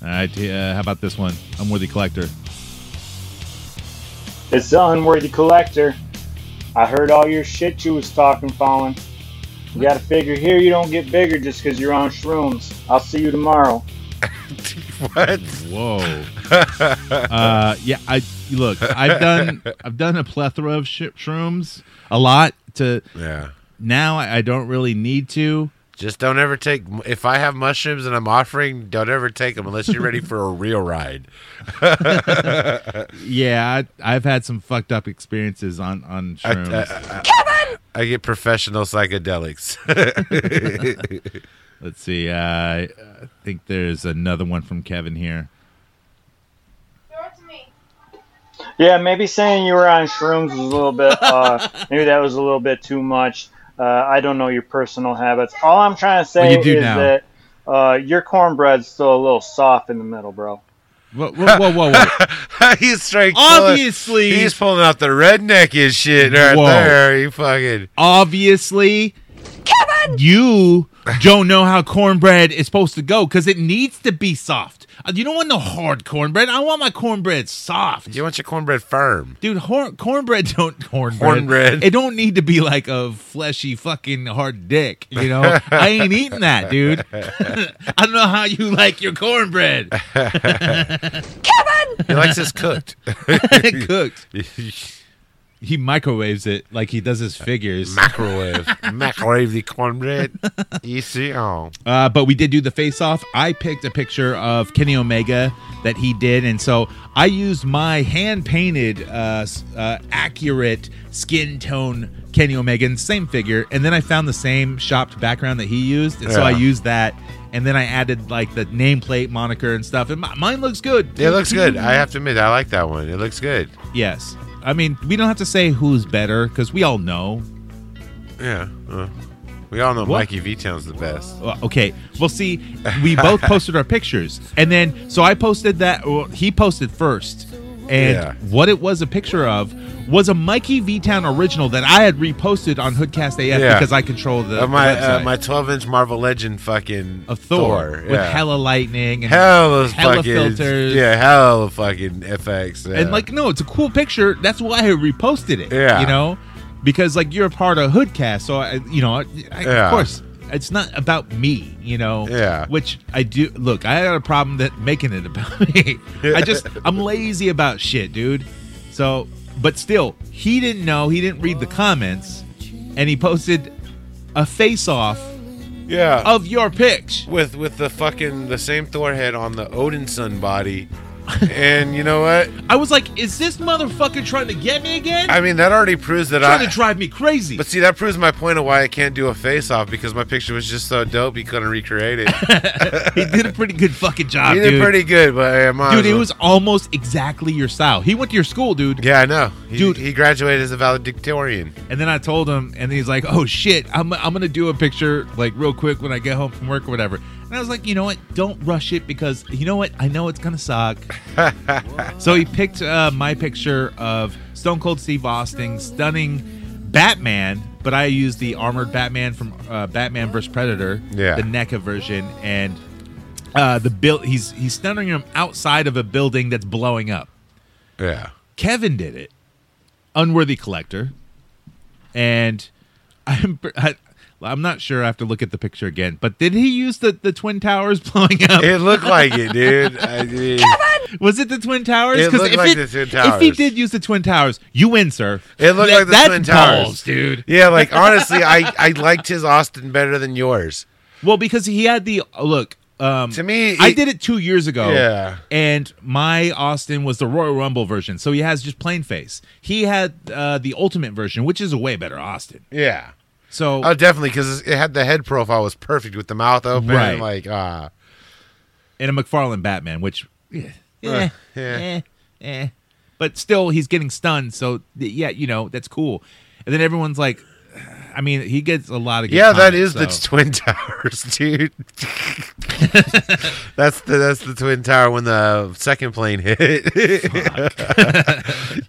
All right. Uh, how about this one? Unworthy collector. It's the unworthy collector. I heard all your shit you was talking, Fallon. You gotta figure here you don't get bigger just because you're on shrooms. I'll see you tomorrow. what? Whoa. uh, yeah. I look. I've done. I've done a plethora of sh- shrooms. A lot. To Yeah. now, I, I don't really need to. Just don't ever take. If I have mushrooms and I'm offering, don't ever take them unless you're ready for a real ride. Yeah. I, I've had some fucked up experiences on on I, shrooms. I get professional psychedelics. Let's see. Uh, I I think there's another one from Kevin here. Yeah, maybe saying you were on shrooms was a little bit, uh, maybe that was a little bit too much. Uh, I don't know your personal habits. All I'm trying to say Well, you do is now. that uh, your cornbread's still a little soft in the middle, bro. Whoa, whoa, whoa, whoa! whoa. he's straight. Obviously- he's pulling out the redneck shit right Whoa. there. He fucking Obviously, Kevin, you don't know how cornbread is supposed to go because it needs to be soft. Uh, You don't want no hard cornbread. I want my cornbread soft. you want your cornbread firm. Dude, hor- cornbread don't cornbread. Cornbread. It don't need to be like a fleshy fucking hard dick. You know, I ain't eating that, dude. I don't know how you like your cornbread He likes his cooked. cooked. He microwaves it like he does his figures. Microwave, microwave the cornbread. You see, oh, Uh, but we did do the face off. I picked a picture of Kenny Omega that he did, and so I used my hand painted, uh, s- uh, accurate skin tone Kenny Omega, and same figure. And then I found the same shopped background that he used, and so I Yeah. used that. And then I added like the nameplate, moniker, and stuff. And mi- mine looks good. it looks good. I have to admit, I like that one. It looks good. Yes. I mean, we don't have to say who's better because we all know. Yeah. uh, we all know What? Mikey V Town's the best. Well, Uh, okay. Well, see, we both posted our pictures, and then so I posted that. Well, he posted first, and Yeah. what it was a picture of was a Mikey V Town original that I had reposted on Hoodcast AF Yeah. because I control the, Uh, my the uh, website. my 12 inch Marvel Legend fucking of Thor, with yeah. hella lightning and hella, hella fucking filters. yeah hella fucking FX yeah. and like no, it's a cool picture. That's why I reposted it. Yeah. you know, because like you're a part of Hoodcast, so I, you know, I, I, Yeah. of course, it's not about me. You know, Yeah. Which I do. Look, I had a problem that making it about me. I just I'm lazy about shit, dude. So, but still, he didn't know. He didn't read the comments, and he posted a face off yeah of your pitch. with with the fucking the same Thor head on the Odin Sun body. and you know what? I was like, is this motherfucker trying to get me again? I mean that already proves that trying I to drive me crazy. But see, that proves my point of why I can't do a face off because my picture was just so dope he couldn't recreate it. he did a pretty good fucking job, he did Ah, dude. pretty good, but hey, I might Dude, as it well- was almost exactly your style. He went to your school, dude. Yeah, I know. He, Dude. he graduated as a valedictorian. And then I told him, and he's like, oh shit, I'm, I'm going to do a picture like real quick when I get home from work or whatever. And I was like, you know what? Don't rush it because you know what? I know it's going to suck. so he picked uh, my picture of Stone Cold Steve Austin, stunning Batman, but I used the armored Batman from uh, Batman vs. Predator, Yeah. the NECA version, and uh, the build. He's he's stunning him outside of a building that's blowing up. Yeah. Kevin did it, unworthy collector, and I'm pr- I, I'm not sure. I have to look at the picture again. But did he use the the twin towers blowing up? It looked like it, dude. I mean, Was it the twin towers? It 'Cause looked if like the Twin If he Towers. did use the twin towers, you win, sir. It looked That- like the that's Twin Towers. balls, dude. yeah, like honestly, I, I liked his Austin better than yours. Well, because he had the look. Um, To me, I it- did it two years ago. Yeah. and my Austin was the Royal Rumble version, so he has just plain face. He had uh, the Ultimate version, which is a way better Austin. Yeah. So Oh, definitely, because it had the head profile was perfect with the mouth open. Right. Like, ah, and a McFarlane Batman, which yeah, eh, yeah. eh, eh. but still he's getting stunned. So th- yeah, you know that's cool. And then everyone's like, I mean, he gets a lot of good yeah, that comments, is so. the twin towers, dude. that's the that's the twin tower when the second plane hit.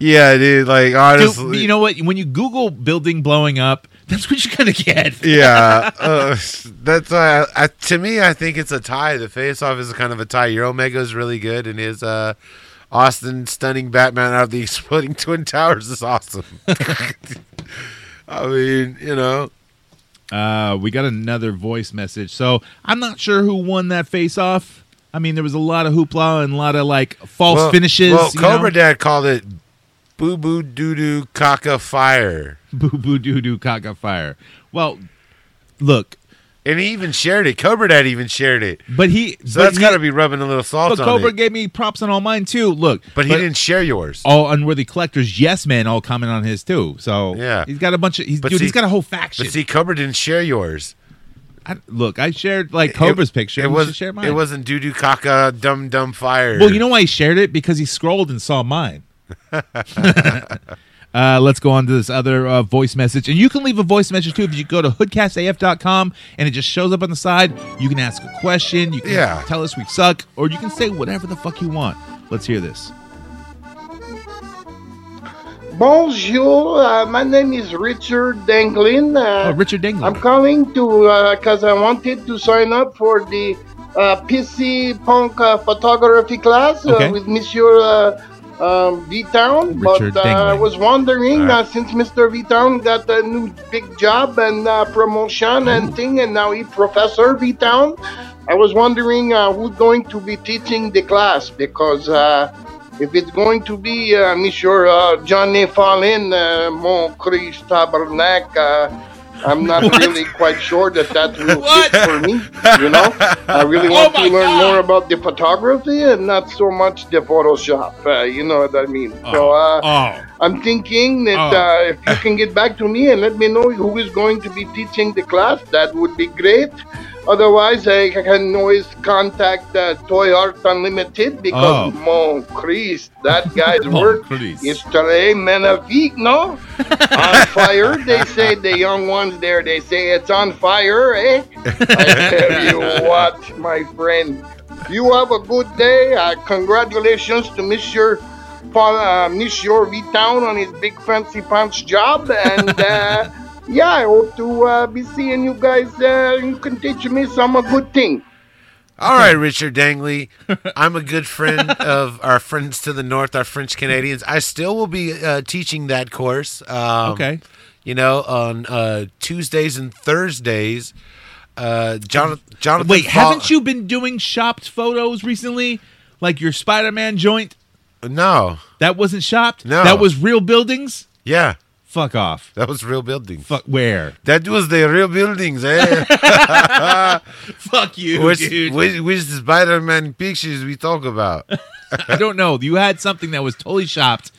yeah, dude. Like Dude, honestly, you know what? When you Google building blowing up, that's what you're gonna get. yeah, uh, that's why. I, I, to me, I think it's a tie. The face-off is kind of a tie. Your Omega is really good, and his uh, Austin stunning Batman out of the exploding twin towers is awesome. I mean, you know, Uh, we got another voice message. So I'm not sure who won that face off. I mean, there was a lot of hoopla and a lot of like false well, finishes. Well, you Cobra know? Dad called it boo boo doo doo caca fire, boo boo doo doo caca fire. Well, look, and he even shared it. Cobra Dad even shared it. but he So but that's he- got to be rubbing a little salt But on Cobra it. gave me props on all mine too. Look, but he didn't share yours. All unworthy collectors, yes men, all comment on his too. So Yeah. he's got a bunch of. He's, But dude, see- he's got a whole faction. But see, Cobra didn't share yours. I, look, I shared like Cobra's picture. It You was should share mine. It wasn't doo doo caca dum dum fire. Well, you know why he shared it because he scrolled and saw mine. uh, let's go on to this other uh, voice message, and you can leave a voice message too if you go to hoodcastaf.com and it just shows up on the side. You can ask a question, you can Yeah. tell us we suck, or you can say whatever the fuck you want. Let's hear this. Bonjour, uh, my name is Richard Danglin. Uh, Oh, Richard Danglin. I'm calling to because I wanted to sign up for the uh, PC Punk uh, photography class Okay. uh, with Monsieur uh, um, V Town. Richard But uh, I Danglin. was wondering All right. uh, since Mr. V Town got a new big job and uh, promotion and Mm-hmm. thing, and now he Professor V Town. I was wondering uh, who's going to be teaching the class because. Uh, if it's going to be uh, Monsieur uh, Johnny Fallin, uh, Mon Christ Tabernac, uh, I'm not really quite sure that that will fit for me. You know, I Oh really want to learn more about the photography and not so much the Photoshop. Uh, you know what I mean? So uh, Oh. I'm thinking that Oh. uh, if you can get back to me and let me know who is going to be teaching the class, that would be great. Otherwise, I can always contact uh, Toy Art Unlimited Oh. because, mon Christ, that guy's Oh, Mon work Christ. is très magnifique, no? on fire, they say, the young ones there, they say it's on fire, eh? I tell you what, my friend. You have a good day. Uh, congratulations to Monsieur Paul, uh, Monsieur V Town on his big fancy pants job, and uh, yeah, I hope to uh, be seeing you guys. Uh, you can teach me some uh, good thing. All right, Richard Dangley. I'm a good friend of our friends to the north, our French Canadians. I still will be uh, teaching that course. Um, Okay. You know, on uh, Tuesdays and Thursdays. Uh, Jonathan, Jonathan. Wait, Fall- haven't you been doing shopped photos recently? Like your Spider Man joint? No. That wasn't shopped? No. That was real buildings? Yeah. Fuck off. That was real buildings. Fuck where? That was the real buildings, eh? Fuck you, which, dude. Which, which Spider-Man pictures we talk about? I don't know. You had something that was totally shopped.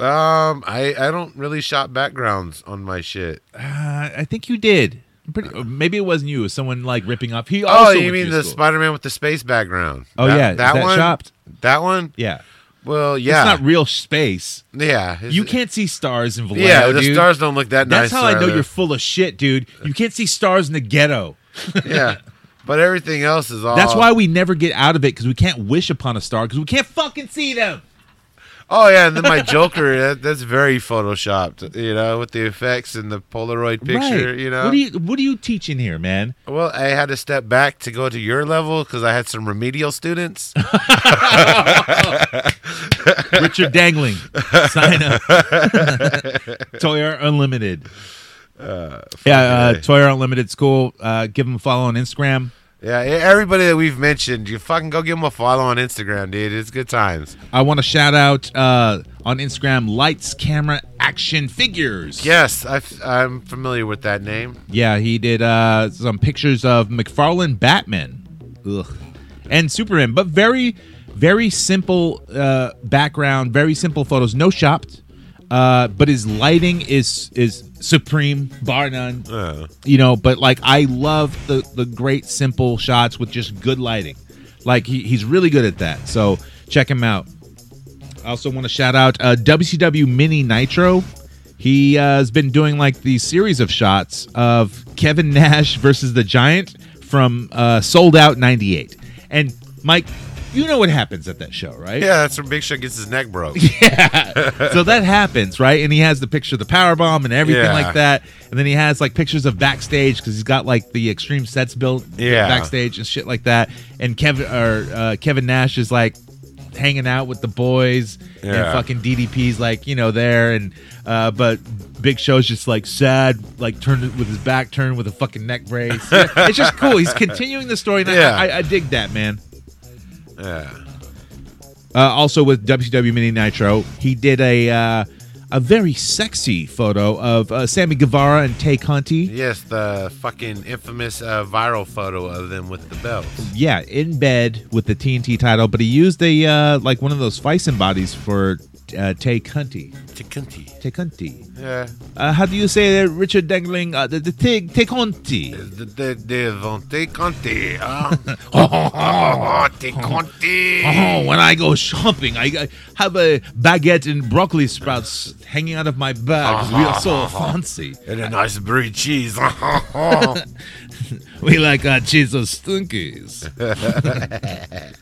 Um, I I don't really shop backgrounds on my shit. Uh, I think you did. I'm pretty, or Uh, maybe it wasn't you. It was someone like ripping off. He Oh, also you went to mean your the school. Spider-Man with the space background? Oh, yeah. Is that one shopped? That one? Yeah. Well, yeah. It's not real space. Yeah, it's- You can't see stars in Vallejo. Yeah, the dude. stars don't look that nice That's how I around know there. you're full of shit, dude. You can't see stars in the ghetto. yeah, but everything else is all. That's why we never get out of it because we can't wish upon a star because we can't fucking see them. Oh yeah, and then my Joker. That, that's very photoshopped. You know, with the effects and the Polaroid picture. Right. You know. What do you What are you teaching here, man? well, I had to step back to go to your level because I had some remedial students. Richard Dangling, sign up. Toyer Unlimited. yeah, uh, Toyer Unlimited School. Uh, give them a follow on Instagram. Yeah, e- everybody that we've mentioned, you fucking go give them a follow on Instagram, dude. It's good times. I want to shout out uh, on Instagram Lights Camera Action Figures. Yes, i am familiar with that name. Yeah, he did uh, some pictures of McFarlane Batman Ugh. and Superman, but very, very simple uh, background, very simple photos, no shopped. Uh, but his lighting is is supreme, bar none. You know, but like I love the the great simple shots with just good lighting. Like he, he's really good at that. So check him out. I also want to shout out uh, WCW Mini Nitro. He uh, has been doing like these series of shots of Kevin Nash versus the Giant from uh, Sold Out '98. And Mike, you know what happens at that show, right? Yeah, that's where Big Show gets his neck broke. Yeah. so that happens, right? And he has the picture of the power bomb and everything Yeah. like that. And then he has like pictures of backstage because he's got like the extreme sets built Yeah. backstage and shit like that. And Kevin or uh, Kevin Nash is like hanging out with the boys and Yeah. fucking DDP's like you know there and uh, but Big Show's just like sad, like turned with his back turned with a fucking neck brace. it's just cool. He's continuing the story. And I- Yeah. I, I dig that man. Yeah. Uh, also with WCW Mini Nitro, he did a uh, a very sexy photo of uh, Sammy Guevara and Tay Conti. Yes, the fucking infamous uh, viral photo of them with the belt. Yeah, in bed with the TNT title, but he used a uh, like one of those Fison bodies for uh, Tay Conti. Tay Conti. Tay Conti. Yeah. Uh, how do you say that, Richard Dangling? Uh, the the Tay Tay Conti. The, the, the Vontae Conti. huh? Oh, Vontae Conti. Oh, when I go shopping, I, I have a baguette and broccoli sprouts hanging out of my bag. 'cause We are so fancy. And a nice brie cheese. we like our cheese of stinkies.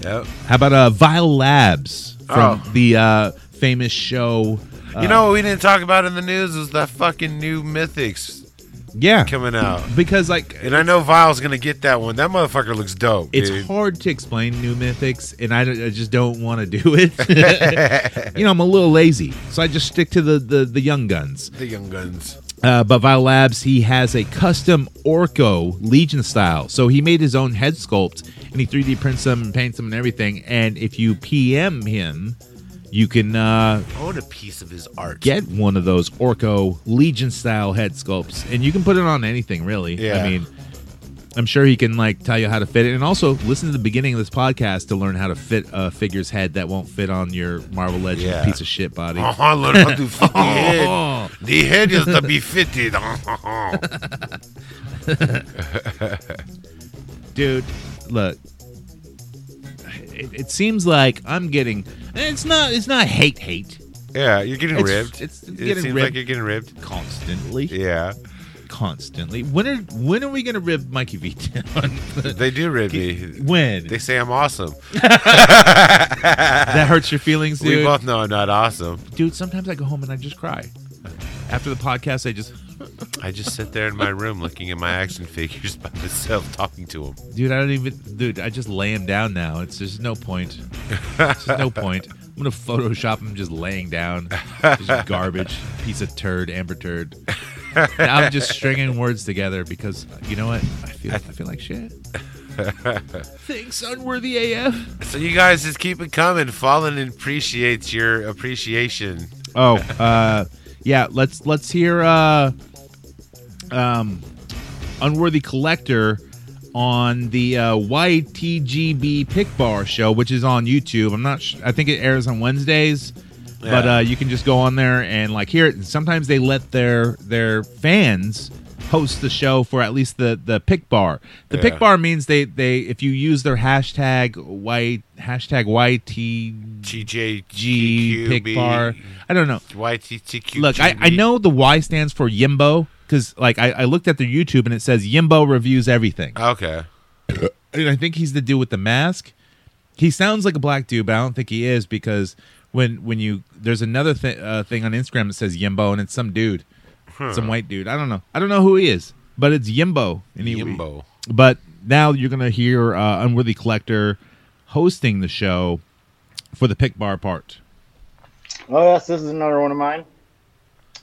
Yep. How about uh, Vile Labs from Oh. the uh, famous show? Uh, you know what we didn't talk about in the news is that fucking new Mythics yeah, coming out. because like And I know Vile's gonna get that one. That motherfucker looks dope. it's dude. hard to explain new mythics, and I, don't- I just don't want to do it. you know, I'm a little lazy, so I just stick to the the, the young guns. The Young Guns. Uh, but Vile Labs, he has a custom Orco Legion style. So he made his own head sculpt and he 3D prints them and paints them and everything. And if you PM him, you can uh, Own a piece of his art. get one of those Orco Legion style head sculpts. And you can put it on anything, really. Yeah. I mean, I'm sure he can like tell you how to fit it. And also listen to the beginning of this podcast to learn how to fit a figure's head that won't fit on your Marvel Legends Yeah. piece of shit body. Uh-huh, learn how to fit the Oh. head. The head is to be fitted. Uh-huh. dude look it, it seems like i'm getting it's not it's not hate hate yeah, you're getting It's- ribbed. it's it getting seems ribbed. like you're getting ribbed. constantly Yeah, constantly when are when are we gonna rib mikey v down they do rib me. when They say I'm awesome. that hurts your feelings We dude both know I'm not awesome. dude sometimes i go home and i just cry after the podcast i just I just sit there in my room looking at my action figures by myself, talking to them. dude i don't even dude i just lay him down now it's there's no point there's no point i'm gonna photoshop him just laying down just garbage piece of turd amber turd now i'm just stringing words together because you know what i feel i feel like shit thanks unworthy af So you guys just keep it coming. Fallen appreciates your appreciation. oh uh yeah let's let's hear uh um unworthy collector on the uh, YTGB Pick Bar show, which is on YouTube. I'm not. Sh- I think it airs on Wednesdays, but Yeah. uh, you can just go on there and like hear it. And sometimes they let their their fans host the show for at least the the pick bar. The Yeah. pick bar means they they if you use their hashtag y hashtag YTG TJG pick bar. I don't know. YTTQ. Look, I, I know the Y stands for Yimbo because like I, I looked at their YouTube and it says Yimbo reviews everything. Okay. And I think he's the dude with the mask. He sounds like a black dude, but I don't think he is because when when you there's another th- uh, thing on Instagram that says Yimbo and it's some dude, some white dude. I don't know. I don't know who he is, but it's Yimbo. And he, Yimbo. But now you're gonna hear uh, Unworthy Collector hosting the show for the pick bar part. Oh yes, this is another one of mine.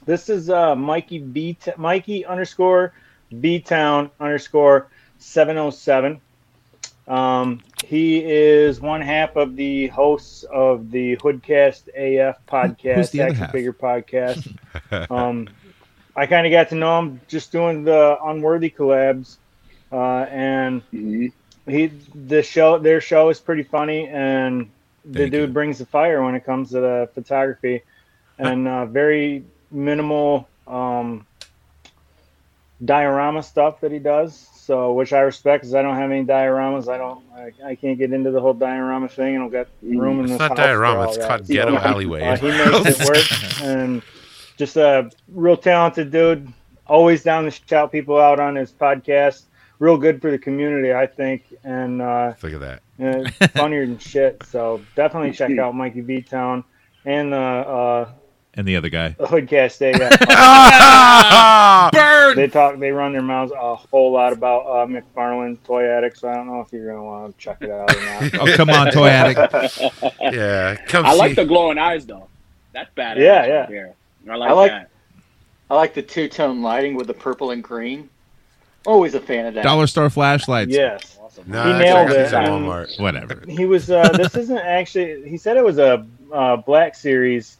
This is uh, Mikey B Mikey underscore B Town underscore seven oh seven. Um, he is one half of the hosts of the Hoodcast AF podcast, who's the other action half? figure podcast. um, I kind of got to know him just doing the unworthy collabs, uh, and he the show their show is pretty funny and the Thank dude brings the fire when it comes to the photography and uh, very minimal um, diorama stuff that he does so which i respect because i don't have any dioramas i don't I, I can't get into the whole diorama thing i don't got room in Mm, It's this not house for diorama, all it's that. called ghetto alleyway. uh, he makes it work and just a real talented dude always down to shout people out on his podcast real good for the community i think and uh Look at that. and it's funnier than shit. So definitely check out Mikey B Town and the uh, And the other guy. the Hoodcast. They got, Ah! Bird. they talk, they run their mouths a whole lot about uh, McFarlane Toy Addicts. So I don't know if you're gonna want to check it out or not. Oh come on, toy addict. yeah. Come I see. like the glowing eyes though. That's badass. Yeah, yeah. right there. I like, I like- that. I like the two tone lighting with the purple and green. Always a fan of that. Dollar store flashlights. yes, Nah, He I nailed got these it. at Um, Walmart. Whatever. he was. Uh, this isn't actually. He said it was a uh, Black Series,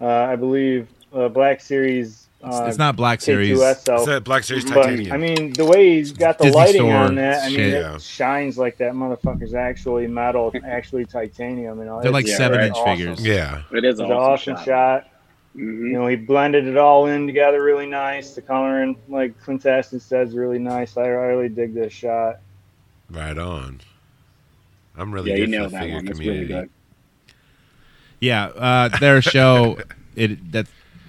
uh, I believe. Uh, Black Series. Uh, It's not Black Series. K2SO. It's that Black Series But Titanium. I mean, the way he's got the Disney lighting store on that, I mean, shit. Yeah. it shines like that motherfucker's actually metal, it's actually titanium. You know, They're like It's seven inch awesome. figures. yeah. It is It's an an awesome shot. You Mhm. know, he blended it all in together really nice. The coloring, like Clint Aston says, really nice. I, I really dig this shot. Right on. I'm really Yeah, you good for nailed the that figure one. That's really community. good. Yeah, uh, their show. it that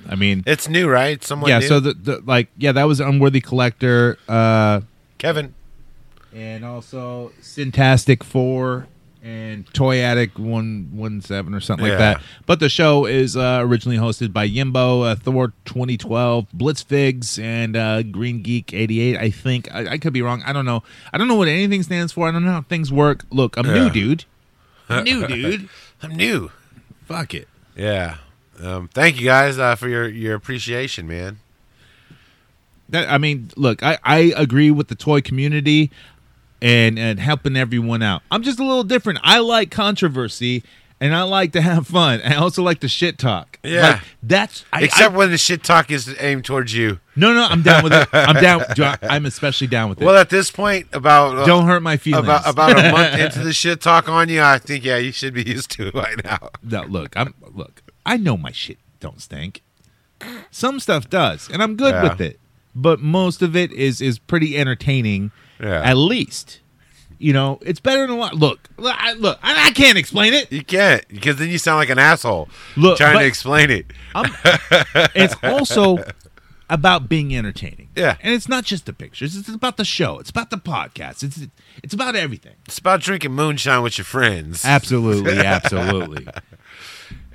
I mean, it's new, right? Someone yeah. new? So the, the like yeah, that was unworthy collector, uh, Kevin. and also Syntastic Four and Toy Attic one one seven or something Yeah. like that. But the show is uh, originally hosted by Yimbo, uh, Thor twenty twelve, Blitzfigs, and uh, Green Geek eighty eight. I think I, I could be wrong. I don't know. I don't know what anything stands for. I don't know how things work. Look, I'm Yeah. new, dude. I'm new, dude. I'm new. Fuck it. Yeah. Um, thank you guys uh, for your, your appreciation, man. That I mean, look, I, I agree with the toy community and and helping everyone out. I'm just a little different. I like controversy and I like to have fun. I also like to shit talk. Yeah. Like, that's I, Except I- when the shit talk is aimed towards you. no, no, I'm down with it. I'm down. dude, I- I'm especially down with it. Well, at this point, about uh, Don't hurt my feelings. About about a month into the shit talk on you, I think yeah, you should be used to it by now. No, look, I'm look. I know my shit don't stink. Some stuff does, and I'm good Yeah. with it. But most of it is is pretty entertaining. Yeah. At least, you know, it's better than what. Look, look, I, look, I, I can't explain it. You can't because then you sound like an asshole. Look, trying but- to explain it. I'm- it's also about being entertaining. Yeah. And it's not just the pictures. It's about the show. It's about the podcast. It's it's about everything. It's about drinking moonshine with your friends. Absolutely, absolutely.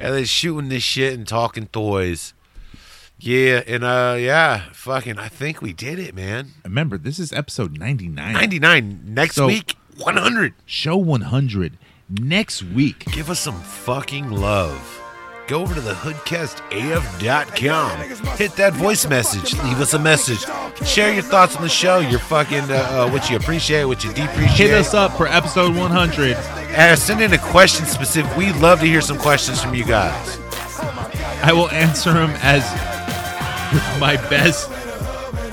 and then shooting this shit and talking toys. Yeah, and uh yeah, fucking I think we did it, man. Remember, this is episode 99. 99 next So- week 100. Show 100 next week. Give us some fucking love. Go over to the hoodcastaf.com. Hit that voice message. Leave us a message. Share your thoughts on the show. Your fucking uh, uh, what you appreciate, what you depreciate. Hit us up for episode 100. And send in a question specific. We'd love to hear some questions from you guys. I will answer him as my best.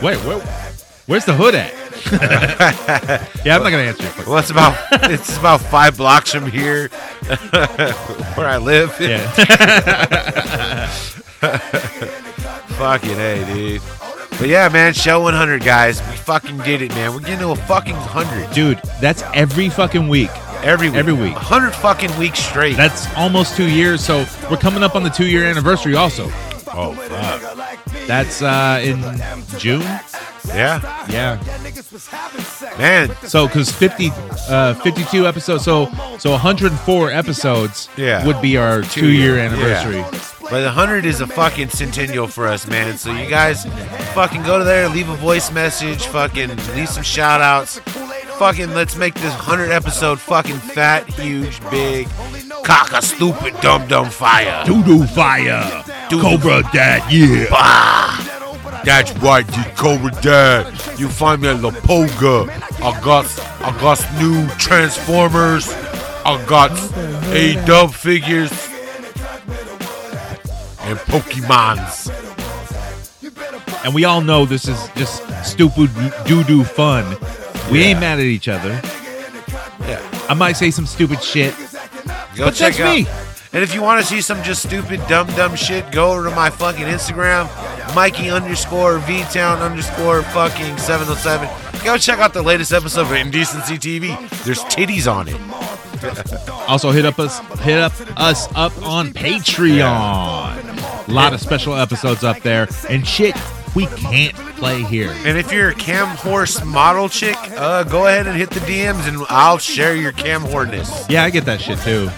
Wait, where, where's the hood at? yeah, I'm not gonna answer your question. Well, it's about it's about five blocks from here, where I live. Yeah. fucking hey, dude. But yeah, man, show 100, guys. We fucking did it, man. We're getting to a fucking 100. Dude, that's every fucking week. Every week. Every week. 100 fucking weeks straight. That's almost two years. So we're coming up on the two year anniversary also. Oh, fuck. That's uh, in June. Yeah. Yeah. Man. So, because 50, uh, 52 episodes, so so 104 episodes Yeah. would be our two year anniversary. Yeah. But the 100 is a fucking centennial for us, man. So you guys fucking go to there, leave a voice message, fucking leave some shout outs. Fucking let's make this 100 episode fucking fat, huge, big, cock a stupid, dumb, dumb fire. Doo doo fire. Cobra dad, yeah. Bah. That's right, you Cobra Dad. You find me at La Poga. I got, I got new Transformers. I got A Dub figures and Pokemons. And we all know this is just stupid doo doo fun. We ain't mad at each other. Yeah. I might say some stupid shit. Go but check that's out. me. And if you want to see some just stupid, dumb, dumb shit, go over to my fucking Instagram, Mikey underscore VTown underscore fucking 707. Go check out the latest episode of Indecency TV. There's titties on it. Also hit up us hit up us up on Patreon. A lot of special episodes up there and shit we can't play here. and if you're a cam horse model chick, uh, go ahead and hit the DMs and I'll share your cam whoreness. Yeah, I get that shit too.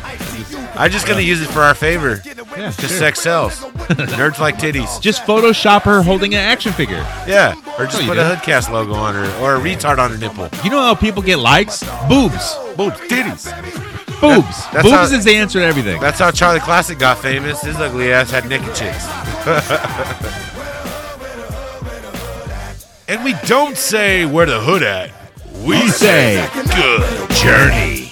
I'm just going to use it for our favor. Yeah, Because sure. sex sells. Nerds like titties. Just Photoshop her holding an action figure. Yeah. Or just No, you put a didn't. hoodcast logo on her or a retard on her nipple. You know how people get likes? Boobs. Boobs, titties. Boobs. That's Boobs how- is the answer to everything. That's how Charlie Classic got famous. His ugly ass had naked chicks. and we don't say where the hood at. We, We say say, good journey.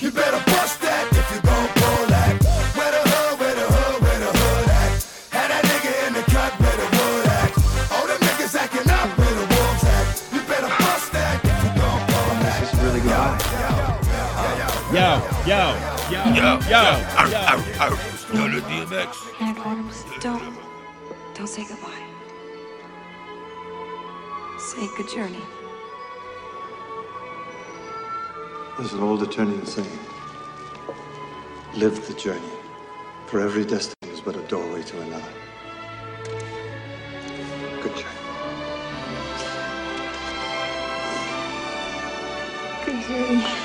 This is really goodbye. Yo, yo, yo, yo, yo, Arr, yo. arr, arr. Go to DMX. Eric Adams, don't, don't say goodbye. Say good journey. There's an old Eternian saying Live the journey, for every destiny is but a doorway to another. Good journey. Good journey.